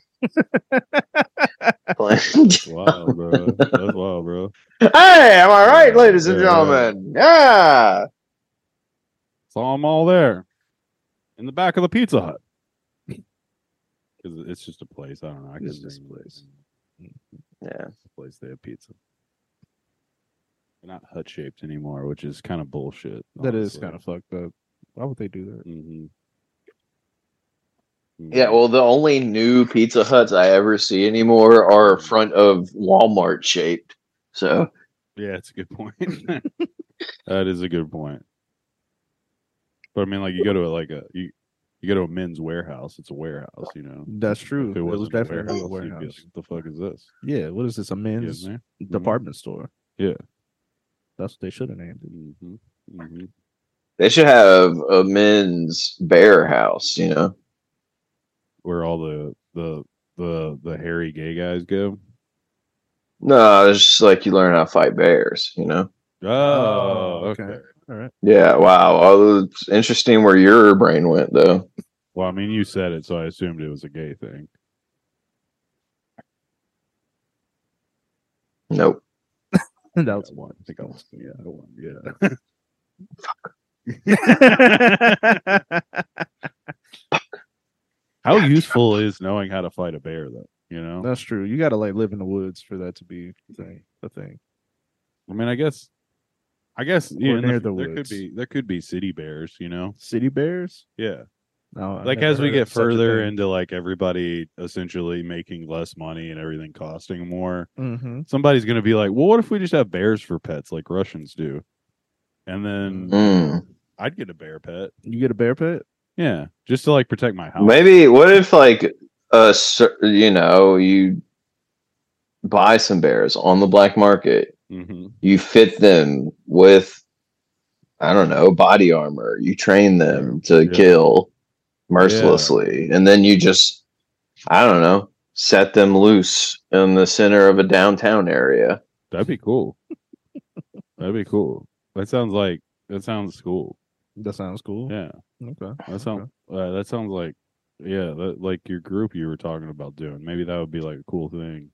S2: that's wild, bro. That's wild, bro.
S1: Hey, am I right,
S2: Yeah,
S1: ladies and
S2: yeah.
S1: gentlemen? Yeah.
S2: Saw them all there in the back of the Pizza Hut. Because it's just a place. I don't know. I
S3: It's
S2: couldn't
S3: just a
S2: name it.
S3: place.
S1: Yeah.
S2: It's a place they have pizza. They're not hut shaped anymore, which is kind of bullshit.
S3: That is kind of fucked up. Why would they do that?
S2: hmm
S1: Yeah, well, the only new Pizza Huts I ever see anymore are front of Walmart shaped. So
S2: Yeah, it's a good point. [laughs] that is a good point. But I mean, like you go to a, like a you you go to a men's warehouse. It's a warehouse, you know.
S3: That's true.
S2: If
S3: It was
S2: wasn't
S3: definitely a
S2: you'd be
S3: warehouse.
S2: like, what the fuck is this?
S3: Yeah. What is this? A men's
S2: Get in
S3: department store.
S2: Mm-hmm. Yeah.
S3: That's what they should have named it.
S2: there.
S3: Mm-hmm,
S2: hmm hmm
S1: they should have a men's bear house, you know?
S2: Where all the the the the hairy gay guys go.
S1: No, it's just like you learn how to fight bears, you know?
S2: Oh, okay.
S1: Yeah, wow. Oh, it's interesting where your brain went, though.
S2: Well, I mean, you said it, so I assumed it was a gay thing.
S1: Nope.
S3: [laughs] that was
S2: one. I think I was. Yeah, I won. Yeah. [laughs] How useful is knowing how to fight a bear, though? You know,
S3: That's true. You gotta like live in the woods for that to be the thing. The thing.
S2: I mean, I guess, I guess yeah,
S3: Or
S2: in the
S3: near
S2: fu-
S3: the
S2: there could
S3: woods.
S2: be there could be city bears, you know.
S3: City bears?
S2: Yeah,
S3: No. I've
S2: like
S3: never
S2: as we
S3: heard
S2: get
S3: of such a
S2: further
S3: thing.
S2: into like everybody essentially making less money and everything costing more,
S3: Mhm.
S2: somebody's gonna be like, "Well, what if we just have bears for pets, like Russians do?" And then
S1: Mm.
S2: I'd get a bear pet,
S3: you get a bear pet?
S2: yeah, just to like protect my house.
S1: Maybe, what if, like, a, cer- you know, you buy some bears on the black market
S2: hmm
S1: you fit them with i don't know body armor you train them to
S2: Yeah.
S1: kill mercilessly, and then you just I don't know set them loose in the center of a downtown area.
S2: That'd be cool. That'd be cool. That sounds like that sounds cool.
S3: That sounds cool.
S2: Yeah,
S3: Okay.
S2: that sounds uh, that sounds like yeah, that, like your group you were talking about doing. Maybe that would be like a cool thing.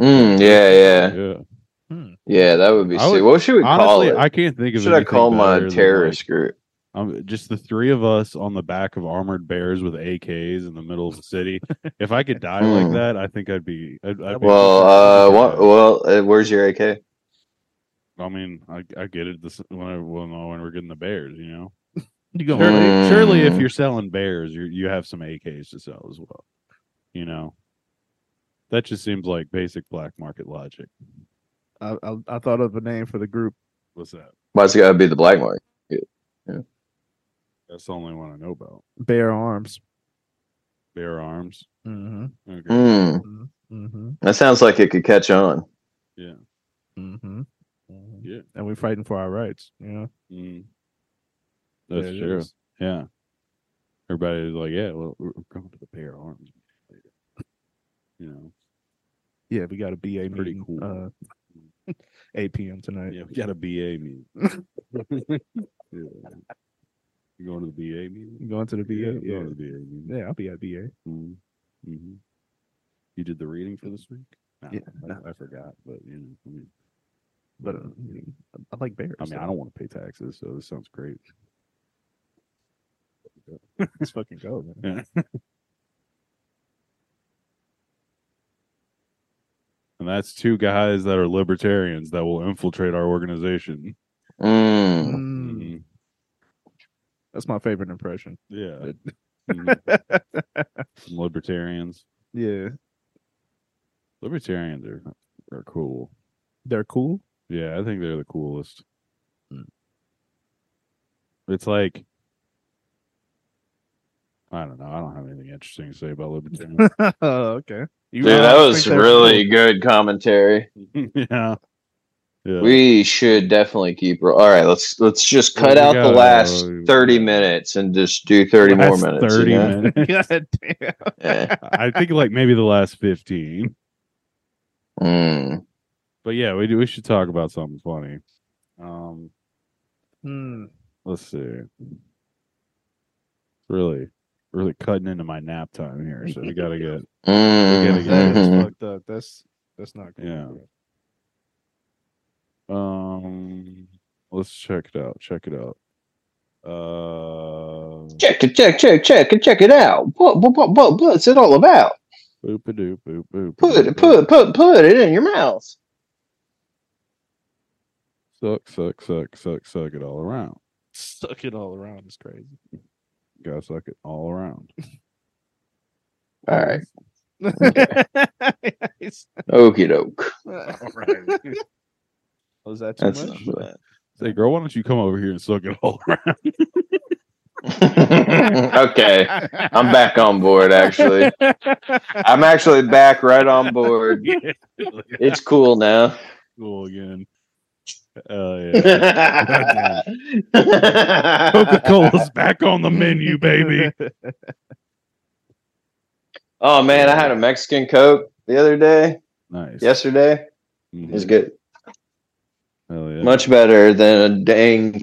S1: Mm, yeah, yeah,
S2: Yeah.
S1: yeah. That would be
S2: I would-
S1: sick. what should we call it?
S2: Honestly, I can't think of.
S1: should I
S2: anything
S1: call my
S2: better than,
S1: terrorist
S2: like,
S1: group?
S2: um, just the three of us on the back of armored bears with AKs in the middle of the city. if I could die like
S1: Hmm.
S2: that, I think I'd be. I'd, I'd be
S1: Well, uh,
S2: Yeah.
S1: what, well, uh, where's your AK?
S2: I mean, I, I get it. This when I, when, when we're getting the bears, you know.
S3: You
S2: Surely,
S3: gonna
S2: surely if
S1: Mm.
S2: you're selling bears, you you have some AKs to sell as well. You know, that just seems like basic black market logic.
S3: I, I, I thought of a name for the group.
S2: What's that?
S1: Why it's gotta be the black market?
S2: That's the only one I know about.
S3: Bare arms.
S2: Bear arms.
S3: Mm-hmm.
S2: Okay.
S1: Mm,
S3: Mm-hmm.
S1: that sounds like it could catch on.
S3: Mm-hmm.
S2: Yeah.
S3: And we're fighting for our rights. You know.
S2: Mm. That's
S3: There it
S2: true.
S3: is.
S2: Yeah. Everybody's like, yeah, well, we're we're going to the bear arms. Later. You know,
S3: Yeah, we got a BA
S2: Pretty
S3: meeting.
S2: cool.
S3: Uh, [laughs] 8 p.m. tonight.
S2: yeah, we got a
S3: [laughs]
S2: BA meeting. yeah. You going to the BA meeting?
S3: You going to the BA?
S2: Yeah,
S3: Yeah.
S2: going to the BA meeting.
S3: Yeah, I'll be at BA.
S2: Mm-hmm. hmm You did the reading for this week? Nah,
S3: Yeah,
S2: I,
S3: no.
S2: I forgot, but you know, I mean,
S3: But uh, I like bears.
S2: I mean, I don't want to pay taxes, so this sounds great.
S3: Let's fucking go, man.
S2: Yeah. and that's two guys that are libertarians that will infiltrate our organization.
S1: Mm.
S3: Mm,
S2: Mhm.
S3: that's my favorite impression.
S2: Yeah.
S3: Good.
S2: Mhm. Some libertarians.
S3: Yeah,
S2: Libertarians are are cool.
S3: they're cool. [laughs]
S2: Yeah, I think they're the coolest.
S3: Mm.
S2: It's like I don't know. I don't have anything interesting to say about
S3: [laughs]
S2: libertarians. [laughs]
S3: okay. You
S1: Dude,
S3: really
S1: that
S3: think
S1: was
S3: they're
S1: really good commentary.
S2: [laughs] yeah. Yeah.
S1: We should definitely keep. All right, let's let's just
S2: Well,
S1: cut
S2: we
S1: out the
S2: gotta-
S1: last thirty minutes and just do thirty more
S2: Last
S1: minutes.
S2: 30
S1: you know?
S2: minutes.
S3: [laughs] cool? God damn.
S2: [laughs]
S1: Yeah.
S2: I think like maybe the last 15.
S1: Mm.
S2: But yeah, we do, we should talk about something funny. Um
S3: Hmm.
S2: let's see. Really really cutting into my nap time here, so we got to get
S1: Mm.
S2: gotta get
S3: That is
S1: Mhm.
S3: fucked up. That's that's not good.
S2: Yeah. Um, let's check it out. Check it out. Uh,
S1: Check it, check, check, check, and check it out. What, what, what, what, what's it all about?
S2: boop a doop boop boop.
S1: Put
S2: boop,
S1: it, put, put, put it in your mouth.
S2: Suck, suck, suck, suck, suck it all around.
S3: Suck it all around is crazy.
S2: Gotta suck it all around.
S1: All
S3: [laughs]
S2: [laughs]
S1: right,
S3: Nice.
S1: okey doke.
S3: Was that too
S1: That's
S3: much?
S1: enough of
S2: Say, girl, why don't you come over here and suck it all [laughs] around?
S1: that. [laughs] okay, I'm back on board. Actually, I'm actually back right on
S2: [laughs]
S1: board. It's cool [laughs] now.
S2: cool again. Uh,
S1: [laughs]
S2: yeah.
S1: oh
S2: Coca Cola's back on the
S1: [laughs]
S2: menu, baby.
S1: Oh, man, I had a Mexican Coke the other day.
S2: Nice.
S1: Yesterday
S2: Mhm.
S1: it was good.
S2: Hell yeah.
S1: Much better than a dang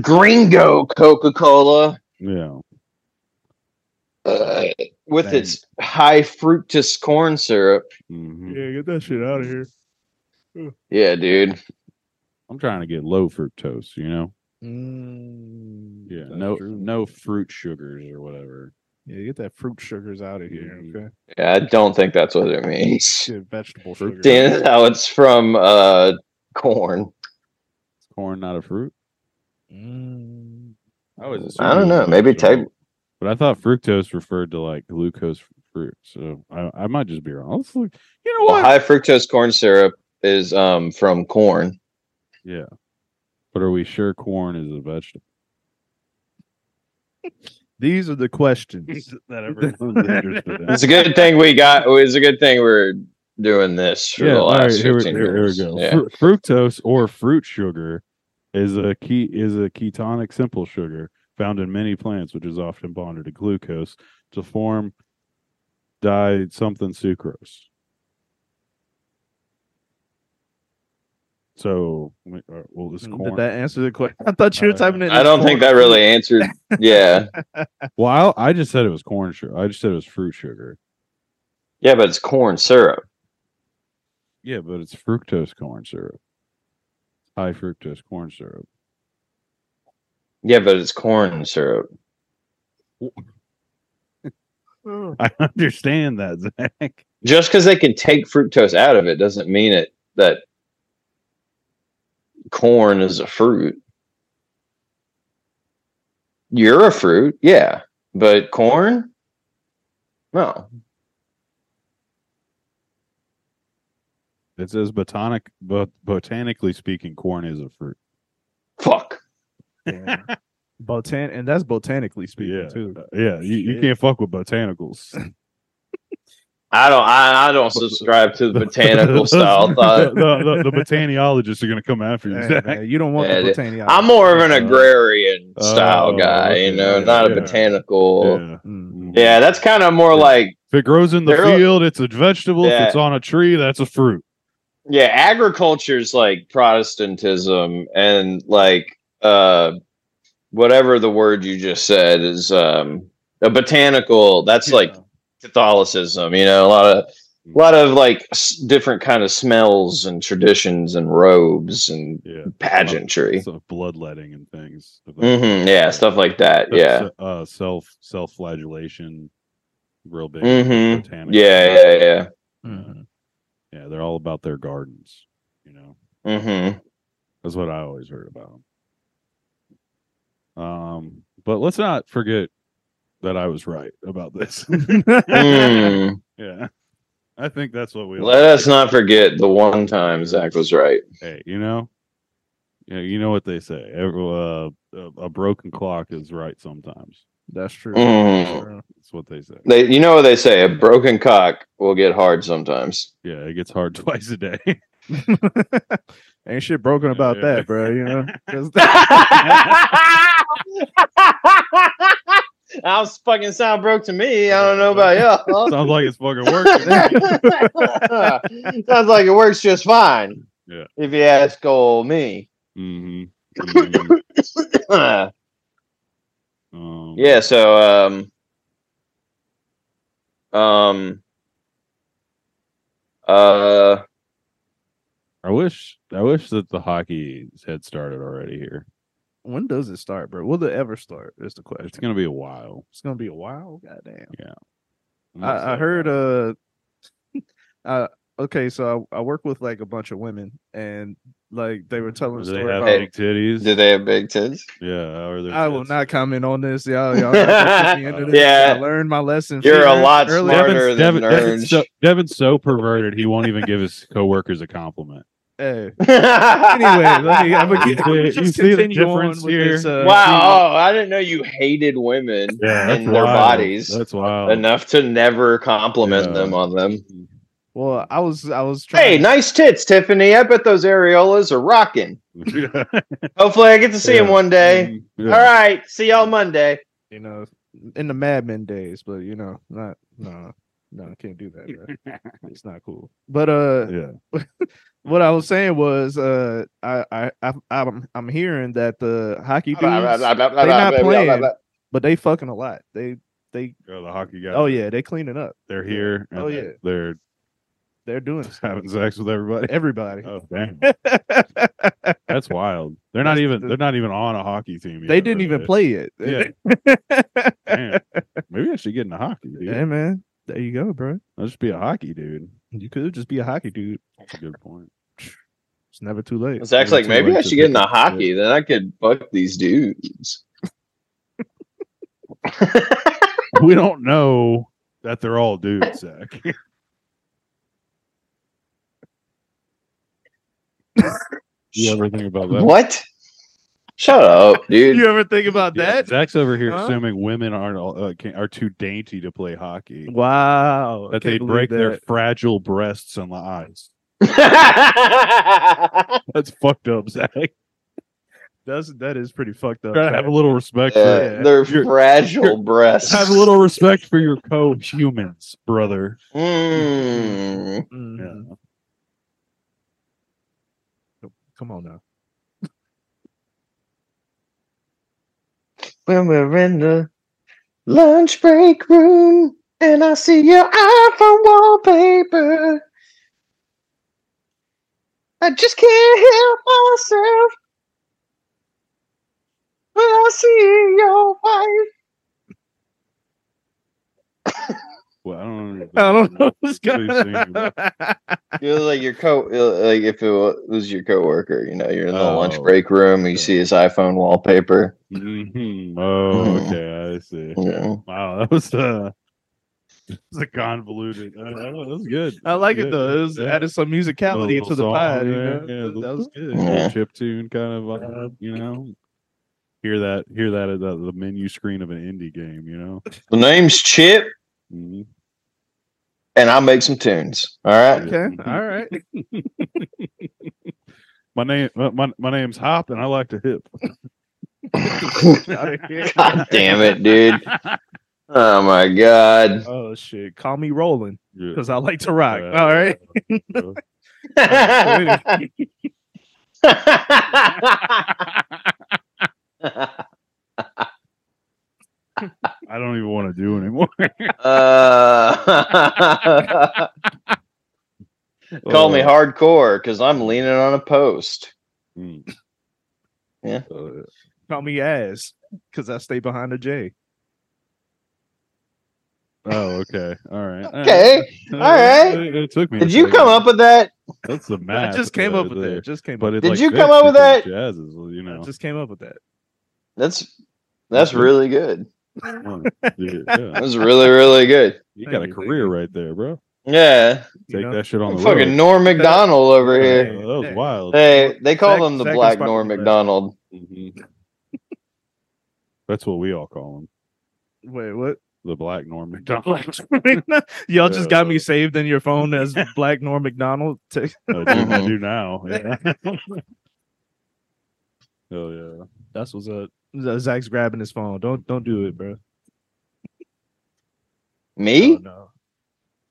S1: Gringo Coca Cola
S2: Yeah.
S1: uh, with
S2: Dang.
S1: its high fructose corn syrup.
S2: Mhm.
S3: [laughs] Yeah, get that shit out of here.
S1: Yeah, dude.
S2: I'm trying to get low fructose, you know?
S3: Mm,
S2: Yeah. No no fruit sugars or whatever.
S3: Yeah, get that fruit sugars out of here.
S2: Mhm.
S3: Okay.
S1: Yeah, I don't think that's what it means.
S3: Shit, vegetable
S2: Fruit
S3: sugar.
S1: Dan, how it's from uh, corn.
S2: Is corn not a fruit?
S3: [laughs] Mm.
S2: I was
S1: I don't know. Maybe tech-
S2: But I thought fructose referred to like glucose f- fruit. So I, I might just be wrong. Let's look. You know
S1: Well,
S2: what?
S1: high fructose corn syrup is um from corn.
S2: yeah. But are we sure corn is a vegetable?
S3: [laughs] These are the [laughs] questions.
S2: that
S3: everyone's interested in.
S1: It's a good thing we got. It's a good thing we're doing this for
S2: Yeah,
S1: the
S2: all right,
S1: last
S2: here, we,
S1: fifteen
S2: here- here we
S1: years. [laughs]
S2: go.
S1: Yeah.
S2: Fru- fructose or fruit sugar is a key is a ketonic simple sugar found in many plants, which is often bonded to glucose to form di something sucrose. So, we- uh, well, it's corn.
S3: Did Mm, that answer the question? [laughs] I thought you were
S2: Uh,
S3: typing it.
S1: I don't think that really
S2: [laughs]
S1: answered. Yeah,
S2: well, I, I just said it was corn sugar. I just said it was fruit sugar.
S1: yeah, but it's corn syrup.
S2: Yeah, but it's fructose corn syrup. High fructose corn syrup. [laughs]
S1: Yeah, but it's corn syrup.
S3: [laughs]
S2: I understand that, Zach.
S1: Just because they can take fructose out of it doesn't mean it that corn is a fruit. You're a fruit, yeah, but corn, no.
S2: It says botanic, but botanically speaking, corn is a fruit.
S1: Fuck.
S3: Damn. [laughs] Botan and that's botanically speaking
S2: yeah, uh,
S3: too.
S2: yeah. You, you
S3: Shit.
S2: can't fuck with [laughs] botanicals.
S1: I don't. I, I don't subscribe to the
S2: [laughs]
S1: botanical style thought.
S2: The, the, the botaniologists are going to come after you.
S3: Hey,
S2: Zach.
S3: man, you don't want
S1: Yeah,
S3: the
S1: it-
S3: botaniology.
S1: I'm more of an agrarian
S2: Oh,
S1: style guy,
S2: okay,
S1: you know, not a
S2: yeah.
S1: botanical. Yeah,
S2: Yeah.
S3: Mm.
S1: that's kind of more
S2: Yeah.
S1: like
S2: If it grows in the
S1: They're-
S2: field, it's a vegetable. If
S1: Yeah.
S2: it's on a tree, that's a fruit.
S1: yeah, agriculture's like Protestantism and like uh whatever the word you just said is um a botanical. That's like Catholicism, you know, a lot of a lot of like s- different kind of smells and traditions and robes and
S2: Yeah,
S1: pageantry.
S2: so bloodletting and things. of that
S1: hmm yeah, stuff like that. Yeah.
S2: uh, self self flagellation, real big.
S1: hmm
S2: botanical.
S1: Yeah, yeah, yeah.
S3: Mm.
S2: Yeah, they're all about their gardens. You know,
S1: Mm-hmm.
S2: that's what I always heard about 'em. Um, but let's not forget that I was right about this.
S1: Mm-hmm.
S2: [laughs] yeah, I think that's what we
S1: Mm. Let us not forget the one time Zach was right.
S2: Hey, you know, you know, you know what they say. Every, uh, a, a broken clock is right sometimes.
S3: That's true.
S1: Mm.
S3: True.
S2: That's what they say.
S1: They, you know what they say: a broken cock will get hard sometimes.
S2: Yeah, it gets hard [laughs] twice a day.
S3: Ain't shit broken about
S2: Yeah.
S3: that, bro. You
S2: [laughs]
S3: know, 'Cause
S1: I fucking sound broke to me. I don't know about
S2: [laughs]
S1: y'all.
S2: Sounds like it's fucking
S1: [laughs]
S2: working.
S1: Sounds like it works just fine.
S2: Yeah.
S1: If you ask old me. [clears throat]
S2: hmm Um,
S1: Yeah, so um um uh
S2: I wish I wish that the hockey had started already here.
S3: when does it start, bro? Will it ever start? Is the question.
S2: It's gonna be a while.
S3: It's gonna be a while. Goddamn.
S2: It's
S3: I, I
S2: like,
S3: heard uh, uh [laughs] okay, so I, I work with like a bunch of women and like they were telling a
S2: Mm, do they
S3: story
S2: have
S3: about
S1: Hey.
S2: big titties?
S1: do they have big tits?
S2: yeah, or their
S3: I will
S2: tits?
S3: not comment on this. Y'all, y'all not gonna put me
S2: [laughs]
S3: into this.
S1: Yeah.
S3: I learned my lesson.
S1: You're a
S3: sooner-
S1: lot
S3: earlier.
S1: smarter. than
S2: Devin's,
S1: nerds.
S2: so, Devin's so perverted he won't even give his coworkers a compliment.
S3: [laughs] Hey. [laughs] Anyway,
S1: anyway,
S3: let me, I'm gonna
S2: [laughs] You
S3: get, I'm
S2: see-
S3: gonna
S2: you
S3: just
S2: see the
S3: continue on
S2: difference
S3: with This,
S2: here?
S3: uh,
S1: wow, oh, I didn't know you hated women
S2: Yeah,
S1: that's And their wild. bodies.
S2: That's
S3: Oh.
S2: wild.
S1: enough to never compliment
S2: Yeah.
S1: them on them.
S3: Well, I was, I was trying.
S1: Hey, nice tits, Tiffany. I bet those areolas are rocking.
S2: [laughs] Yeah.
S1: Hopefully, I get to see
S2: Yeah.
S1: them one
S2: [laughs]
S1: day.
S2: Yeah.
S1: All right, see y'all Monday.
S3: you know, in the Mad Men days, but you know, not no, no, I can't do that.
S2: [laughs]
S3: Bro. it's not cool. But uh,
S2: Yeah.
S3: what I was saying was uh, I, I, I, I'm, I'm hearing that the hockey dudes, not playing. but they fucking a lot. They, they,
S2: Oh, the hockey guys.
S3: oh yeah, they cleaning up.
S2: They're here. and
S3: Oh,
S2: they-
S3: yeah.
S2: They're
S3: They're doing stuff.
S2: having sex
S3: [laughs]
S2: with everybody.
S3: everybody.
S2: Oh
S3: [laughs]
S2: damn. That's wild. They're not
S3: That's
S2: even
S3: the-
S2: they're not even on a hockey team.
S3: they
S2: yet,
S3: didn't
S2: are
S3: even
S2: they?
S3: play it.
S2: Yeah.
S3: [laughs]
S2: Damn. Maybe I should get into hockey, dude.
S3: Hey man, there you go, bro.
S2: I'll just be a hockey dude.
S3: You could just be a hockey dude.
S2: That's a good point.
S3: It's never too late.
S1: Zach's
S2: Maybe
S1: like,
S2: too
S1: maybe
S2: late
S1: I
S2: to
S1: should get
S2: pick
S1: into
S2: up
S1: hockey. Then I could fuck these dudes.
S2: we don't know that they're all dudes, Zach. [laughs] you ever think about that?
S1: what? Shut up, dude.
S3: You ever think about
S2: Yeah,
S3: that?
S2: Zach's over here
S3: Huh?
S2: assuming women aren't all, uh, can, are too dainty to play hockey.
S3: Wow.
S2: That they break their fragile breasts on the
S1: [laughs]
S2: ice. That's fucked up, Zach.
S3: That's that is pretty fucked up.
S2: Try to have a little respect.
S1: Yeah,
S2: For,
S3: Yeah.
S1: Uh, They're
S2: You're-
S1: fragile breasts.
S2: have a little respect for your co-humans, brother.
S1: Mm.
S3: Mhm. Come on now.
S1: When we're in the lunch break room and I see your iPhone wallpaper, I just can't help myself. When I see your wife.
S2: Well, I don't know.
S3: I don't know what's
S2: What are
S3: going
S2: you saying?
S3: on.
S1: You're like your co, like if it wa- was your coworker, you know, you're in the lunch
S2: Oh.
S1: break room, you see his iPhone wallpaper.
S2: Mhm. Oh, okay, I see.
S1: Yeah.
S2: Wow, that was uh, that was a convoluted. Uh, that was good.
S3: I like it
S2: Yeah,
S3: though. It was
S2: yeah.
S3: added some musicality
S2: Little
S3: into the
S2: song
S3: pod. you
S2: there,
S3: know?
S2: yeah,
S3: That- that was good.
S1: Yeah.
S2: Chip tune kind of vibe, you know. Hear that? Hear that at the, the menu screen of an indie game, you know.
S1: The name's Chip,
S2: Mhm.
S1: and I make some tunes. All right.
S3: Okay. All right.
S2: My name, my, my my name's Hop, and I like to hip. [laughs]
S1: God damn it, dude. Oh my [laughs] god.
S3: Oh shit. Call me Roland
S2: Yeah.
S3: because I like to rock.
S2: Yeah.
S3: All right.
S2: [laughs] Yeah.
S1: Uh,
S2: I don't even want to do
S3: [laughs]
S2: anymore.
S1: Uh, [laughs] Call me
S2: Uh,
S1: hardcore because I'm leaning on a post.
S2: mm.
S1: Yeah.
S2: Uh,
S3: Call me ass because I stay behind the J.
S2: oh, okay. All right. All
S1: Okay.
S2: right.
S1: All right.
S2: It, it took me. a
S1: Did you
S2: second.
S1: come up with that?
S2: That's the
S3: [laughs] I
S2: math.
S3: just came
S2: uh,
S3: up with
S2: there.
S3: that. Just came up.
S2: But it,
S1: Did
S2: like,
S1: you come
S2: fits
S1: up with
S2: because Jazz is, you
S3: I
S2: know.
S3: just came up with that.
S1: That's
S3: Mm-hmm.
S1: that's really good.
S2: one,
S3: [laughs]
S2: two, [laughs] yeah.
S1: That's really really good.
S2: You got a
S3: Thank you, thank
S2: career
S3: you.
S2: right there, bro.
S1: Yeah,
S3: you
S2: Take
S3: know?
S2: that shit on the
S1: fucking
S2: road.
S1: Norm Macdonald over
S2: Uh,
S1: here.
S2: that was
S3: Oh, Hey.
S2: wild.
S1: They they call
S3: Zach-
S1: him the
S3: Zach
S1: Black
S3: inspired
S1: Norm
S3: me, man.
S1: Macdonald.
S2: Mhm. That's what we all call him,
S3: Wait,
S2: [laughs]
S3: what? [laughs]
S2: the Black Norm McDonald. [laughs]
S3: Black Y'all just got me saved in your phone as Black Norm McDonald. Take-
S2: I, do, I
S1: Mhm.
S2: do now.
S3: [laughs]
S2: Yeah. oh yeah.
S3: That's what's up. Zach's grabbing his phone. Don't don't do it, bro.
S1: Me?
S3: Oh, no.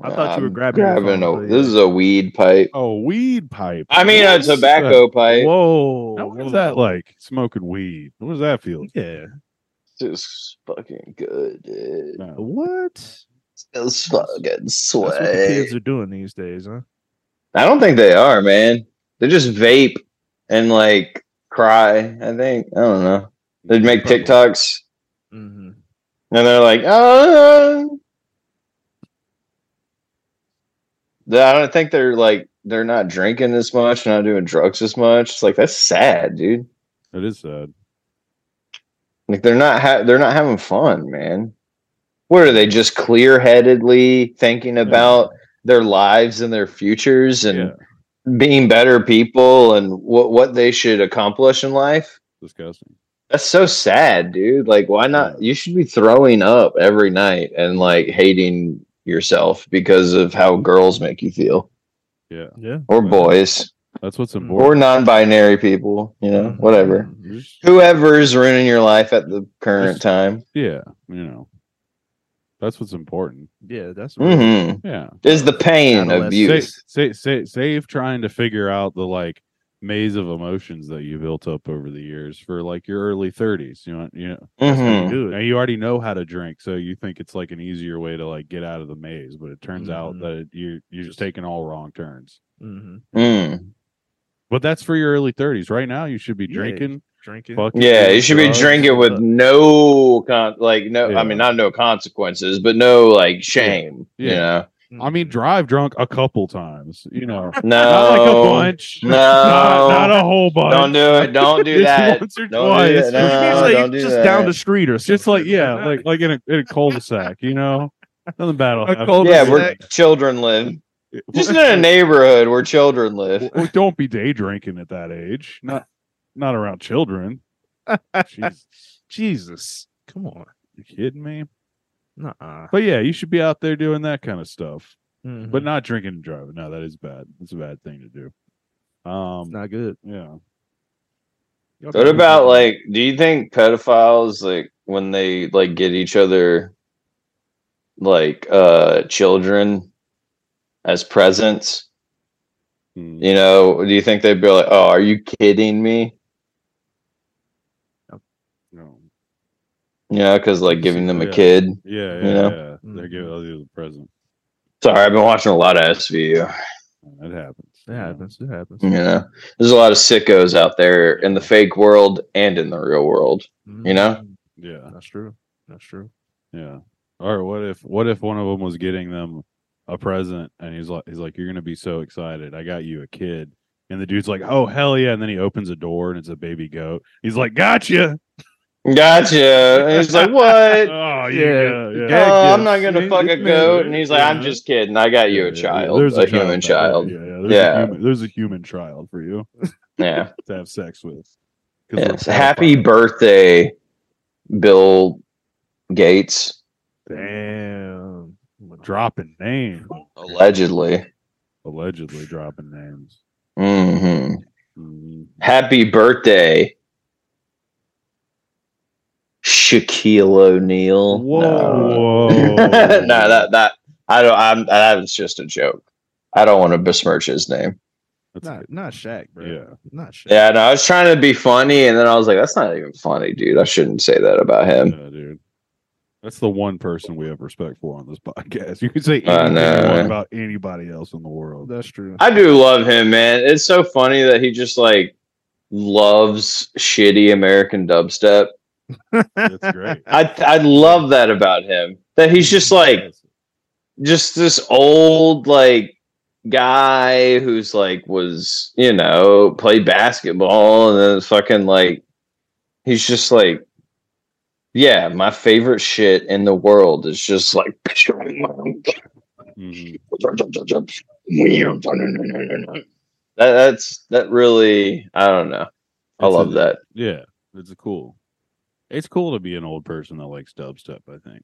S3: I thought you were
S1: E? I'm
S3: grabbing your
S1: a,
S3: phone, but
S1: this
S3: yeah.
S1: is a weed pipe.
S2: Oh, weed pipe.
S1: I mean a
S2: What's
S1: tobacco pipe.
S3: Whoa.
S2: that? Now, What
S3: whoa.
S2: is that like? Smoking weed. What does that feel?
S3: Yeah.
S1: It's fucking good, dude.
S2: No.
S3: What?
S1: It's fucking
S3: That's what the
S1: sweet.
S3: kids are doing these days, huh?
S1: I don't think they are, man. They just vape and like cry. I think I don't know. They'd make
S3: Probably.
S1: TikToks
S3: Mm-hmm.
S1: and they're like, oh. I don't think they're like they're not drinking as much, not doing drugs as much. It's like that's sad, dude.
S2: It is sad.
S1: Like they're not ha- they're not having fun, man. What are they just clear headedly thinking about their lives and their futures and
S2: yeah.
S1: being better people and what what they should accomplish in life?
S2: Disgusting.
S1: That's so sad, dude. Like why not you should be throwing up every night and like hating yourself because of how girls make you feel
S2: Yeah.
S3: Yeah.
S1: or
S2: Yeah.
S1: boys
S2: That's what's
S3: Mm.
S2: important.
S1: or non-binary people, you know, whatever.
S2: Just-
S1: Whoever is ruining your life at the current time.
S2: Yeah, you know. That's what's important.
S3: Yeah, that's what
S1: Mhm.
S2: Yeah.
S1: is the pain of
S3: Adolescent.
S2: Sa-
S1: youth.
S2: sa- sa- save trying to figure out the like maze of emotions that you built up over the years for like your early 30s. You know, you know,
S3: you
S1: Mhm.
S3: do.
S2: now
S3: It.
S2: you already know how to drink, so you think it's like an easier way to like get out of the maze, but it turns out
S3: Mhm.
S2: that it, you're you're just taking all wrong turns.
S3: Mm-hmm.
S1: Mm.
S2: But that's for your early 30s. Right now, you should be
S3: Yeah.
S2: drinking.
S3: Drinking.
S2: Fucking
S1: Yeah,
S2: doing
S1: you should be
S2: drugs.
S1: drinking with no con, like no.
S2: Yeah.
S1: I mean, not no consequences, but no like shame.
S2: Yeah.
S1: You
S2: [laughs]
S1: know,
S2: I mean,
S3: Mm.
S2: drive drunk a couple times. You
S3: [laughs]
S2: know, not like a
S1: no,
S2: bunch.
S1: [laughs] no,
S2: Not, not a whole bunch.
S1: don't do it.
S3: [laughs]
S1: Don't do
S2: [laughs] Just
S1: that.
S2: Once or
S1: Don't do
S2: twice.
S1: that. No,
S3: It's
S1: don't do
S3: just
S1: that.
S3: down the street or
S2: It's just
S3: something.
S2: like yeah, like like in a in a cul-de-sac, you know, nothing bad. will
S3: A
S2: happen.
S1: Yeah,
S3: cul-de-sac.
S1: where children live.
S2: Well,
S1: Just in
S2: [laughs]
S1: a neighborhood where children live.
S2: well, don't be day drinking at that age. Not not around
S1: [laughs]
S2: children. Jeez,
S3: [laughs] Jesus. Come on.
S2: you kidding me?
S3: Nuh-uh.
S2: But yeah, you should be out there doing that kind of stuff,
S3: Mhm.
S2: but not drinking and driving. No, that is bad. That's a bad thing to do.
S3: it's
S2: Um,
S3: not good.
S2: yeah.
S3: Y'all
S1: What
S3: got-
S2: [laughs]
S1: about like? Do you think pedophiles like when they like get each other like uh children as presents?
S2: Mm.
S1: You know, do you think they'd be like, "Oh, are you kidding me?"
S2: No.
S1: You know, because like giving them a
S2: Yeah.
S1: kid.
S2: Yeah, yeah,
S1: You know?
S2: yeah. They're
S3: Mm-hmm.
S2: giving all the present.
S1: Sorry, I've been watching a lot of SVU.
S2: It happens.
S3: It happens. It happens.
S1: You know, there's a lot of sickos out there in the fake world and in the real world.
S2: Mm-hmm.
S1: you know?
S2: Yeah.
S3: that's true. That's true.
S2: Yeah. Or what if what if one of them was getting them a present and he's like he's like you're gonna be so excited I got you a kid and the dude's like oh hell yeah and then he opens a door and it's a baby goat he's like gotcha
S1: Gotcha. And [laughs] he's like,
S2: oh
S1: "What?"
S2: yeah
S3: Yeah.
S2: yeah,
S3: Yeah.
S1: oh, I'm
S3: gifts.
S1: not gonna
S3: Yeah,
S1: fuck a
S3: yeah,
S1: goat. And he's like, I'm
S2: yeah.
S1: just kidding. I got you
S2: Yeah,
S1: a
S2: yeah,
S1: child,
S2: there's
S1: a, human
S2: out there.
S1: child.
S2: yeah,
S1: Yeah.
S2: yeah, there's, A
S1: Yeah.
S2: human, there's a human child for you to have sex with 'Cause they're
S1: Yes. Happy
S2: pedophile.
S1: birthday, Bill Gates.
S3: Damn. What a-
S2: dropping names
S1: Allegedly.
S2: allegedly dropping names
S1: hmm
S2: Mhm.
S1: Happy birthday, Shaquille O'Neal. No. [laughs]
S2: whoa
S1: no, that that I don't. I'm that's just a joke. I don't want to besmirch his name.
S2: That's
S3: Not not Shaq, bro.
S2: Yeah.
S3: Not Shaq.
S1: Yeah, no, I was trying to be funny, and then I was like, "That's not even funny, dude. I shouldn't say that about him."
S2: Yeah, dude. That's the one person we have respect for on this [laughs] podcast. You can say
S1: I
S2: anything you
S1: know,
S2: want
S1: right?
S2: about anybody else in the world.
S3: Oh, That's true.
S1: I do love him, man. It's so funny that he just like loves shitty American dubstep.
S2: That's
S1: [laughs]
S2: great.
S1: I I love that about him. That he's just like just this old like guy who's like was you know played basketball and then fucking like he's just like yeah my favorite shit in the world is just like
S2: Mhm.
S1: that, that's that really i don't know i
S2: It's
S1: love
S2: a-
S1: that
S2: Yeah, it's cool. It's cool to be an old person that likes dubstep. I think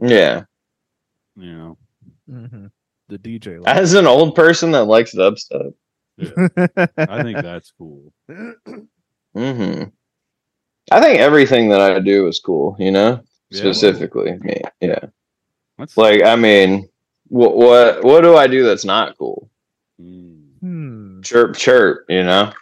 S1: yeah
S2: you know.
S3: hmm The DJ. life.
S1: as an old person that likes dubstep [laughs]
S2: I think that's cool.
S1: hmm i think everything that i do is cool you know
S2: Yeah, well,
S1: specifically me yeah
S2: that's
S1: like i mean what what what do i do that's not cool
S2: Mm,
S3: [laughs] Hmm.
S1: chirp chirp you know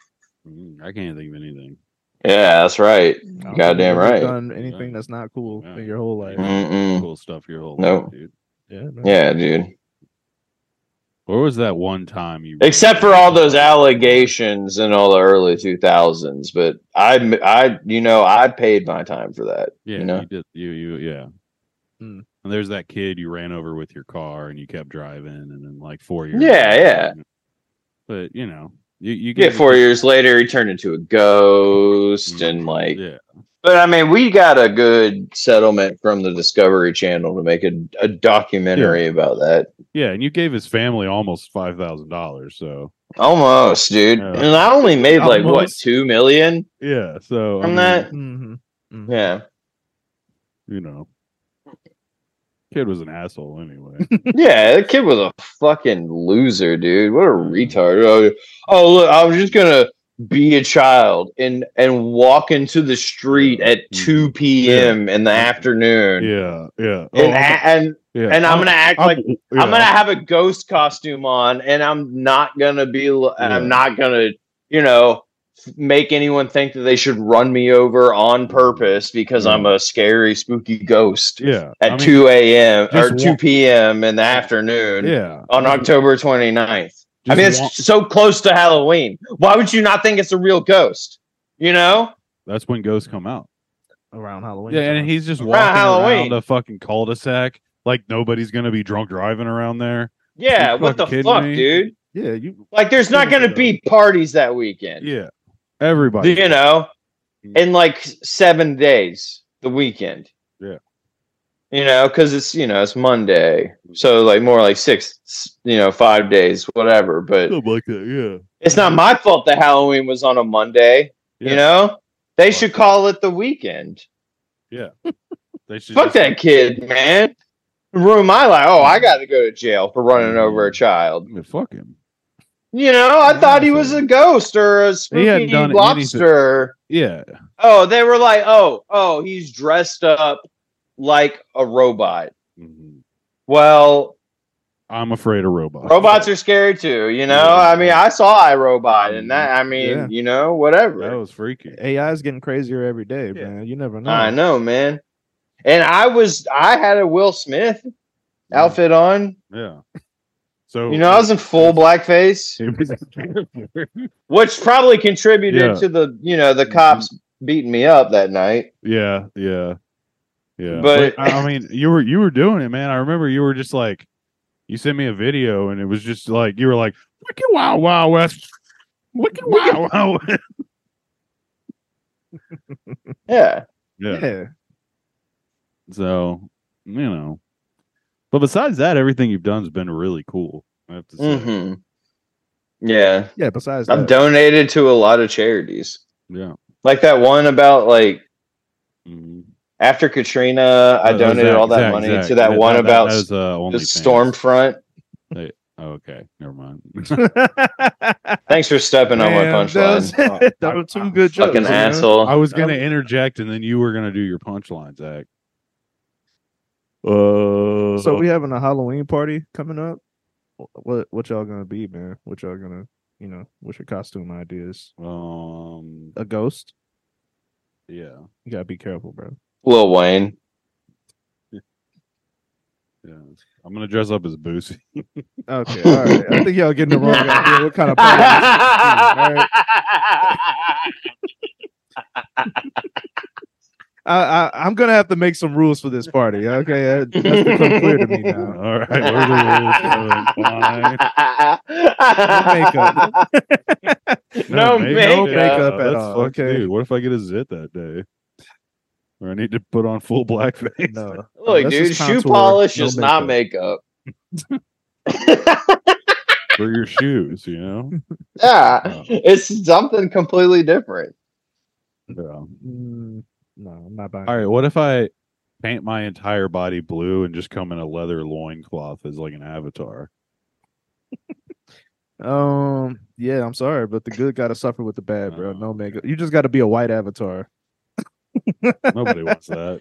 S2: mm, I can't think of anything.
S1: yeah that's right
S3: I don't
S1: Goddamn
S3: think you've
S1: right.
S3: Done anything that's not cool
S2: Yeah.
S3: in your whole life.
S2: Yeah.
S1: Mm-mm.
S2: Cool stuff your whole
S1: Mm. No.
S2: life, dude.
S3: Yeah. man.
S1: Mm-hmm. yeah dude
S2: Where was that one time you? Mm.
S1: except for all those allegations in all the early 2000s but i i you know i paid my time for that
S2: Yeah,
S1: you know?
S2: did. You, you, yeah.
S3: Mm.
S2: And there's that kid you ran over with your car, and you kept driving, and then like four years.
S1: Yeah, yeah.
S2: But you know, you you
S1: yeah
S2: get
S1: four years later he turned into a ghost and like
S2: Mm-hmm. Yeah,
S1: but i mean we got a good settlement from the discovery channel to make a, a documentary about that
S2: yeah, and you gave his family almost five thousand dollars. So
S1: almost dude
S2: Yeah.
S1: and i only made like what
S3: Almost.
S1: two million
S2: yeah, so I
S1: from
S2: mean,
S1: that
S3: Mm-hmm. hmm
S1: yeah
S2: you know, kid was an asshole anyway.
S1: [laughs] yeah that kid was a fucking loser dude what a
S2: Mm-hmm.
S1: retard oh, oh look i was just gonna be a child and and walk into the street
S2: Mm-hmm. Yeah.
S1: at 2 p.m in the
S2: Yeah.
S1: afternoon
S2: yeah, yeah.
S1: and,
S2: I'm-
S1: a- and
S2: yeah, Oh,
S1: and I'm gonna act like
S2: yeah,
S1: I'm gonna have a ghost costume on, and I'm not gonna be. l- and I'm
S2: Yeah.
S1: not gonna, you know, make anyone think that they should run me over on purpose because I'm a scary, spooky ghost
S2: Mm. yeah
S1: at
S2: I mean,
S1: 2 a.m. or
S2: just wa-
S1: 2 p.m. in the afternoon
S2: yeah
S1: on October 29th. I
S2: just
S1: mean, it's
S2: wa-
S1: so close to Halloween. Why would you not think it's a real ghost? You know,
S2: that's when ghosts come out.
S3: Around Halloween.
S2: Yeah,
S3: time.
S2: and he's just
S1: Around
S2: walking
S1: Halloween.
S2: around a fucking cul-de-sac like nobody's gonna be drunk driving around there.
S1: yeah.
S2: You
S1: What the
S2: fucking kidding
S1: fuck,
S2: me?
S1: dude?
S3: yeah. You.
S1: Like, there's not gonna be parties that weekend.
S2: Yeah, Mm-hmm. everybody.
S1: you know, in like seven days, the weekend.
S2: Yeah.
S1: You know, because it's you know it's Monday, so like more like six, you know, five days, whatever. But
S2: Something like that.
S1: it's not my fault that Halloween was on a Monday.
S2: Yeah,
S1: You know, they should call it the weekend.
S2: They should
S1: Fuck
S2: just-
S1: that kid, man. Ruin my life. Oh, I got to go to jail for running over a child.
S2: Yeah, fuck him.
S1: You know, I thought he was a ghost or a
S2: He hadn't
S1: spooky
S2: done
S1: lobster.
S2: Yeah.
S1: Oh, they were like, oh, oh, he's dressed up like a robot.
S2: Mhm.
S1: Well,
S2: I'm afraid of robots.
S1: robots are scary too. You know,
S2: Yeah.
S1: I mean, I saw iRobot, and that, I mean,
S3: Yeah.
S1: you know,
S2: That
S1: whatever.
S2: was freaky.
S3: AI is getting crazier every day,
S2: Yeah.
S3: man. You never know.
S1: I know, man. And I was, I had a Will Smith
S2: Mm.
S1: outfit on.
S2: Yeah. So
S1: You know,
S2: [laughs]
S1: I was in full blackface, which probably contributed
S2: Yeah. Mm-hmm.
S1: to the, you know, the cops beating me up that night.
S2: Yeah, yeah, yeah.
S1: But-
S2: But I I mean, you were you were doing it, man. I remember you were just like, you sent me a video, and it was just like you were like, "Wicked Wild Wild West, Wicked Wild Wild." West."
S1: [laughs] Yeah.
S2: yeah.
S3: yeah.
S2: So you know, but besides that, everything you've done's been really cool. I have to say,
S1: hmm Yeah.
S3: Yeah, besides
S1: I've
S3: that.
S1: donated to a lot of charities.
S2: yeah.
S1: Like that one about like
S2: Mhm.
S1: after Katrina, I
S2: Oh,
S1: donated
S2: Zach-
S1: all that
S2: Zach-
S1: money
S2: Zach.
S1: to that, one about
S2: that
S1: s-
S2: was, uh,
S1: the
S2: OnlyFans.
S1: Stormfront.
S2: Oh, okay, never mind.
S3: [laughs]
S1: Thanks for stepping on my
S3: Man, those- [laughs]
S1: punchline.
S3: that was two good jokes.
S1: Fucking
S3: you know?
S1: asshole.
S2: I was gonna interject, and then you were gonna do your punchline, Zach. Uh,
S3: So [laughs] we having a Halloween party coming up. Wh- What what y'all gonna be, man? What y'all gonna you know? What's your costume ideas?
S2: um,
S3: A ghost?
S2: yeah,
S3: You gotta be careful, bro.
S1: Lil
S2: [laughs]
S1: Wayne.
S2: yeah. I'm gonna dress up as Boosie.
S3: Okay, all right. I think y'all getting the wrong idea. What kind of party? right. I, I I'm gonna have to make some rules for this party. Okay, that- that's become clear to me
S2: All
S3: now.
S2: right,
S1: [laughs]
S2: what are the rules?
S3: makeup.
S2: Fine.
S1: [laughs] No makeup.
S2: yeah,
S3: Makeup at
S2: that's
S3: all,
S2: fucked,
S3: okay.
S2: dude. What if I get a zit that day? Or I need to put on full blackface.
S3: [laughs] No,
S1: Oh, Look,
S3: Oh, This
S1: dude,
S3: is
S1: shoe
S3: contour,
S1: polish
S3: no
S1: is not makeup.
S3: [laughs]
S2: for your shoes, you
S3: [laughs]
S2: know.
S3: Oh.
S1: yeah, it's something completely different.
S2: Yeah.
S3: Mm, no, I'm not buying.
S2: All right, what if I paint my entire body blue and just come in a leather loincloth as like an avatar?
S3: it. Um, yeah, I'm sorry, but the good gotta suffer with the bad, bro. No makeup. You just gotta be a white avatar.
S2: Nobody wants that.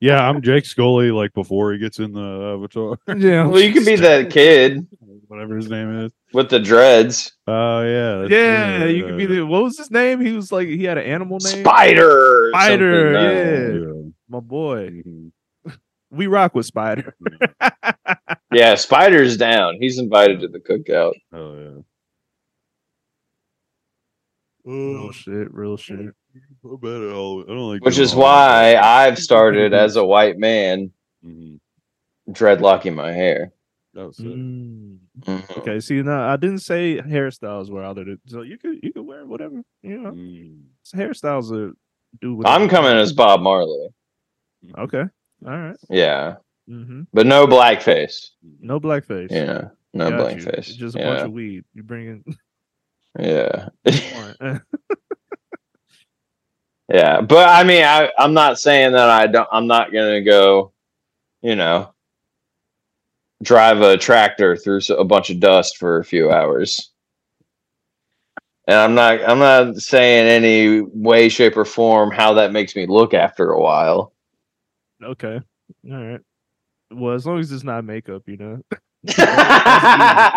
S2: yeah, I'm Jake Scully like before he gets in the avatar,
S3: Yeah.
S1: Well, [laughs] you could be that kid
S2: [laughs] whatever his name is.
S1: with the dreads.
S2: Oh yeah. that's
S3: Yeah,
S2: it,
S3: you could be the what was his name? He was like he had an animal name.
S1: Spider. or
S3: Spider,
S1: something, uh,
S3: yeah.
S2: yeah.
S3: My boy.
S2: Mhm.
S3: We rock with Spider.
S1: Yeah, Spider's down. He's invited to the cookout.
S2: Oh yeah. Mm.
S3: Real Oh, shit, real shit.
S2: Oh, I bet it all- I don't like
S1: Which
S2: doing
S1: is
S2: all
S1: why
S2: that.
S1: I've started as a white man
S2: Mhm.
S1: dreadlocking my hair.
S2: That was it.
S3: Mm.
S1: Mhm.
S3: Okay, see now I didn't say hairstyles were out of it. So you could you could wear whatever, you know.
S2: Mm.
S3: Hairstyles are do whatever.
S1: I'm coming as Bob Marley.
S3: Okay. All right.
S1: Yeah.
S3: Mm-hmm.
S1: But no blackface.
S2: Mm-hmm.
S3: No blackface.
S1: Yeah. No
S3: Got you.
S1: blackface.
S3: It's Just a
S1: yeah.
S3: bunch of weed.
S1: [laughs]
S3: You bring
S1: yeah.
S3: in
S1: Yeah. But I mean I, I'm not saying that I don't I'm not gonna go, you know, drive a tractor through s- a bunch of dust for a few hours. And I'm not I'm not saying any way, shape, or form how that makes me look after a while.
S3: [laughs] Okay. All right. Well, as long as it's not makeup, you know. [laughs]
S1: [laughs] yeah,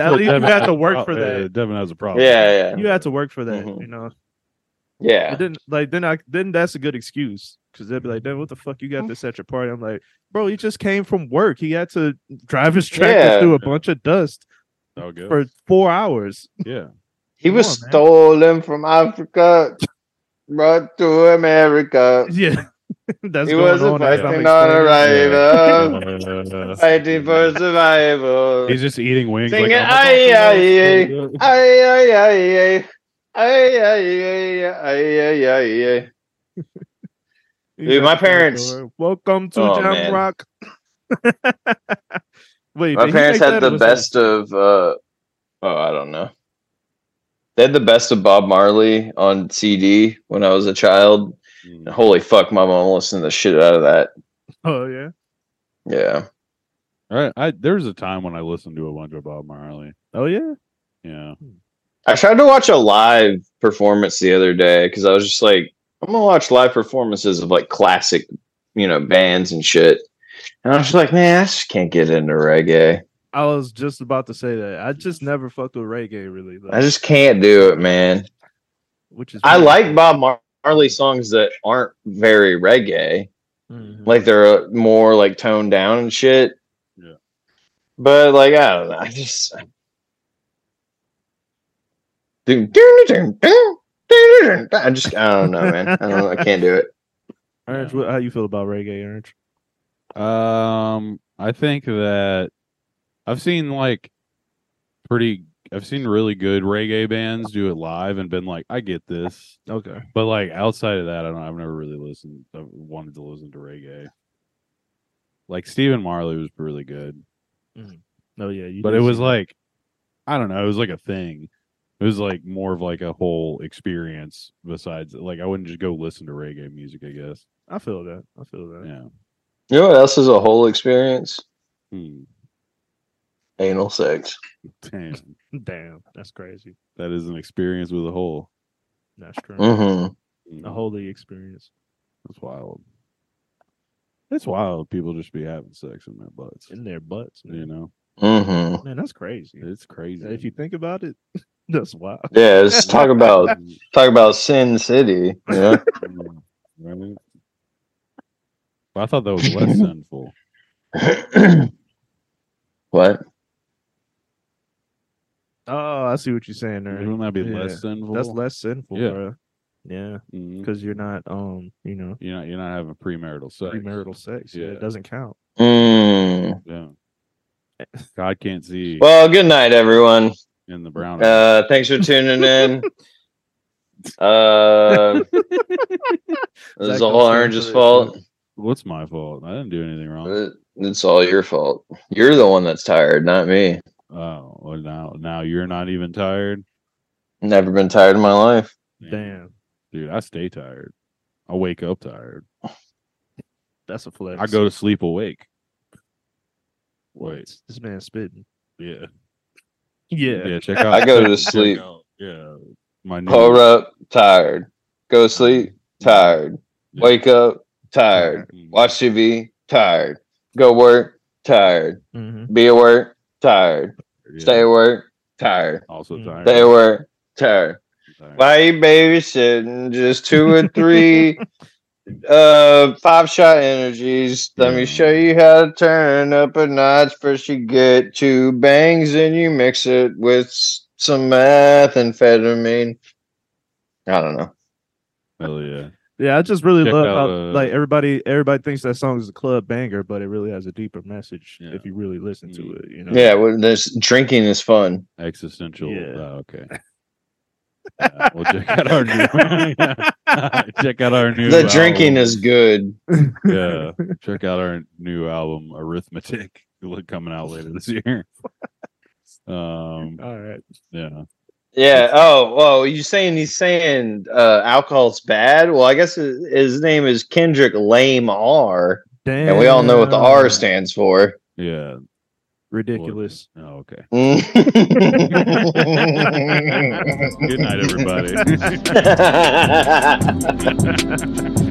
S3: At least you
S2: Devin
S3: have
S2: has
S3: to
S2: a
S3: work for
S2: prob- yeah,
S3: that.
S2: Oh, Devin has a problem.
S1: yeah.
S3: You had to work for that,
S1: Mhm.
S3: you know.
S1: Yeah.
S3: But then, like, then I then that's a good excuse because they'd be like, "Then what the fuck you got
S1: Mm-hmm.
S3: this at your party?" I'm like, "Bro, he just came from work. He had to drive his tractor
S1: Yeah.
S3: through a bunch of dust
S2: Oh, good.
S3: for four hours." [laughs]
S2: yeah.
S1: He
S3: Come
S1: was
S3: on, man.
S1: stolen from Africa, brought to America.
S3: Yeah, [laughs] that's
S1: he
S3: going
S1: was a
S3: on as I'm
S1: fighting on a
S3: explaining it.
S1: rider,
S3: [laughs]
S2: Uh,
S1: fighting for survival.
S2: [laughs] He's just eating wings.
S1: Singing,
S2: like,
S1: "Ay, ay, Ay, ay, ay, ay. Ay, ay, ay, ay, ay, ay, ay.
S3: He's
S1: Dude, my
S3: out there
S1: parents-
S3: going, Welcome to
S1: Oh,
S3: Jam
S1: man.
S3: Rock. [laughs] Wait, did
S1: My
S3: he
S1: parents
S3: make
S1: had
S3: that or
S1: the
S3: was that-
S1: best of, uh, oh, I don't know. They had the best of Bob Marley on CD when I was a child.
S2: Mm.
S1: Holy fuck, my mom listened to the shit out of that.
S3: Oh yeah.
S1: Yeah.
S2: I, I there's a time when I listened to a bunch of Bob Marley.
S3: Oh yeah,
S2: Yeah.
S1: I tried to watch a live performance the other day because I was just like, I'm gonna watch live performances of like classic, you know, bands and shit. And I was just like, man, I just can't get into reggae.
S3: I was just about to say that. I just never fucked with reggae really, though,
S1: I just can't do it, man.
S3: which is
S1: I
S3: weird.
S1: like Bob Mar- Marley songs that aren't very reggae,
S3: Mhm.
S1: like they're uh, more like toned down and shit.
S2: Yeah.
S1: But like, I don't know. I just. Dun- dun- dun- dun- dun- dun- dun. I just, I don't know, man. I don't, I can't do it.
S3: Orange, what, how you feel about reggae, Orange?
S2: Um, I think that I've seen like pretty. I've seen really good reggae bands do it live and been like, I get this.
S3: Okay,
S2: But like outside of that, I don't. I've never really listened. I've wanted to listen to reggae. Like Stephen Marley was really good,
S3: no, yeah, you
S2: but
S3: did
S2: it was
S3: say-
S2: like, I don't know. It was like a thing. It was like more of like a whole experience. Besides, like I wouldn't just go listen to reggae music. I guess.
S3: I feel that. I feel that.
S2: Yeah.
S1: You know what else is a whole experience?
S2: Hmm.
S1: Anal sex.
S2: [laughs] Damn.
S3: Damn, that's crazy.
S2: That is an experience with a whole.
S3: That's true.
S1: hmm
S3: A holy experience.
S2: That's wild. It's wild. People just be having sex in their butts.
S3: in their butts. Man,
S2: You know,
S1: hmm
S3: man that's crazy.
S2: it's crazy.
S3: If
S2: [laughs]
S3: you think about it, [laughs] that's wild.
S1: Yeah, let's talk about talk about Sin City. You know? [clears throat]
S2: Right? I thought that
S1: [laughs]
S2: was less sinful.
S1: what?
S3: Oh, I see what you're saying there.
S2: Wouldn't that be
S3: Yeah.
S2: less sinful?
S3: That's less sinful,
S2: Yeah.
S3: bro. Yeah,
S2: Mhm.
S3: because you're not, um, you know,
S2: You're not. You're not having premarital sex.
S3: premarital sex. Yeah.
S2: Yeah.
S3: it doesn't count.
S1: Mm.
S2: Yeah. God can't see
S1: Well, good night, everyone.
S2: in the brown. eye.
S1: Uh, thanks for tuning in. Uh, this is all Orange's fault.
S2: What's my fault? I didn't do anything wrong.
S1: It- It's all your fault. You're the one that's tired, not me.
S2: Oh, well, now now you're not even tired.
S1: Never been tired in my life.
S3: Damn,
S2: dude, I stay tired. I wake up tired.
S3: that's a flex.
S2: I go to sleep awake. Wait,
S3: This- This man spitting.
S2: yeah,
S3: Yeah.
S2: yeah. Check
S1: [laughs]
S2: out.
S1: I go to
S2: [laughs] check
S1: sleep.
S2: out, yeah, my new
S1: Pour up, tired. Go to sleep, tired.
S2: Yeah.
S1: Wake up, tired.
S2: Mm-hmm.
S1: Watch TV, tired. Go work, tired.
S3: hmm
S1: Be at work, tired.
S2: Yeah,
S1: Stay at work, tired.
S2: Also
S3: Mm.
S2: tired.
S1: Stay at work, tired.
S2: Tired.
S1: Why you babysitting? Just two or three uh five shot energies. Let me
S2: Yeah.
S1: show you how to turn up a notch. First you get two bangs and you mix it with s- some methamphetamine. I don't know.
S2: Hell yeah.
S3: Yeah, I just really
S2: Check
S3: love
S2: out,
S3: how
S2: uh,
S3: like everybody everybody thinks that song is a club banger, but it really has a deeper message
S2: Yeah.
S3: if you really listen to
S2: Mm.
S3: it. You know.
S1: Yeah, well, this drinking is fun.
S2: Existential.
S3: Yeah.
S2: Oh,
S3: [laughs]
S2: okay. Yeah, well, check out our new. [laughs] check out our new.
S1: The drinking
S2: album.
S1: is good.
S2: Yeah. Check out our new album, Arithmetic, [laughs] coming out later
S3: [laughs]
S2: this year. Um.
S3: [laughs] All right.
S2: Yeah.
S1: Yeah. Oh, well, you saying he's saying uh, alcohol's bad? Well, I guess his, his name is Kendrick Lame R,
S3: Damn.
S1: and we all know what the R stands for.
S2: Yeah.
S3: Ridiculous.
S2: Oh, okay.
S1: [laughs] Good [laughs]
S2: Good night, everybody.
S1: everybody.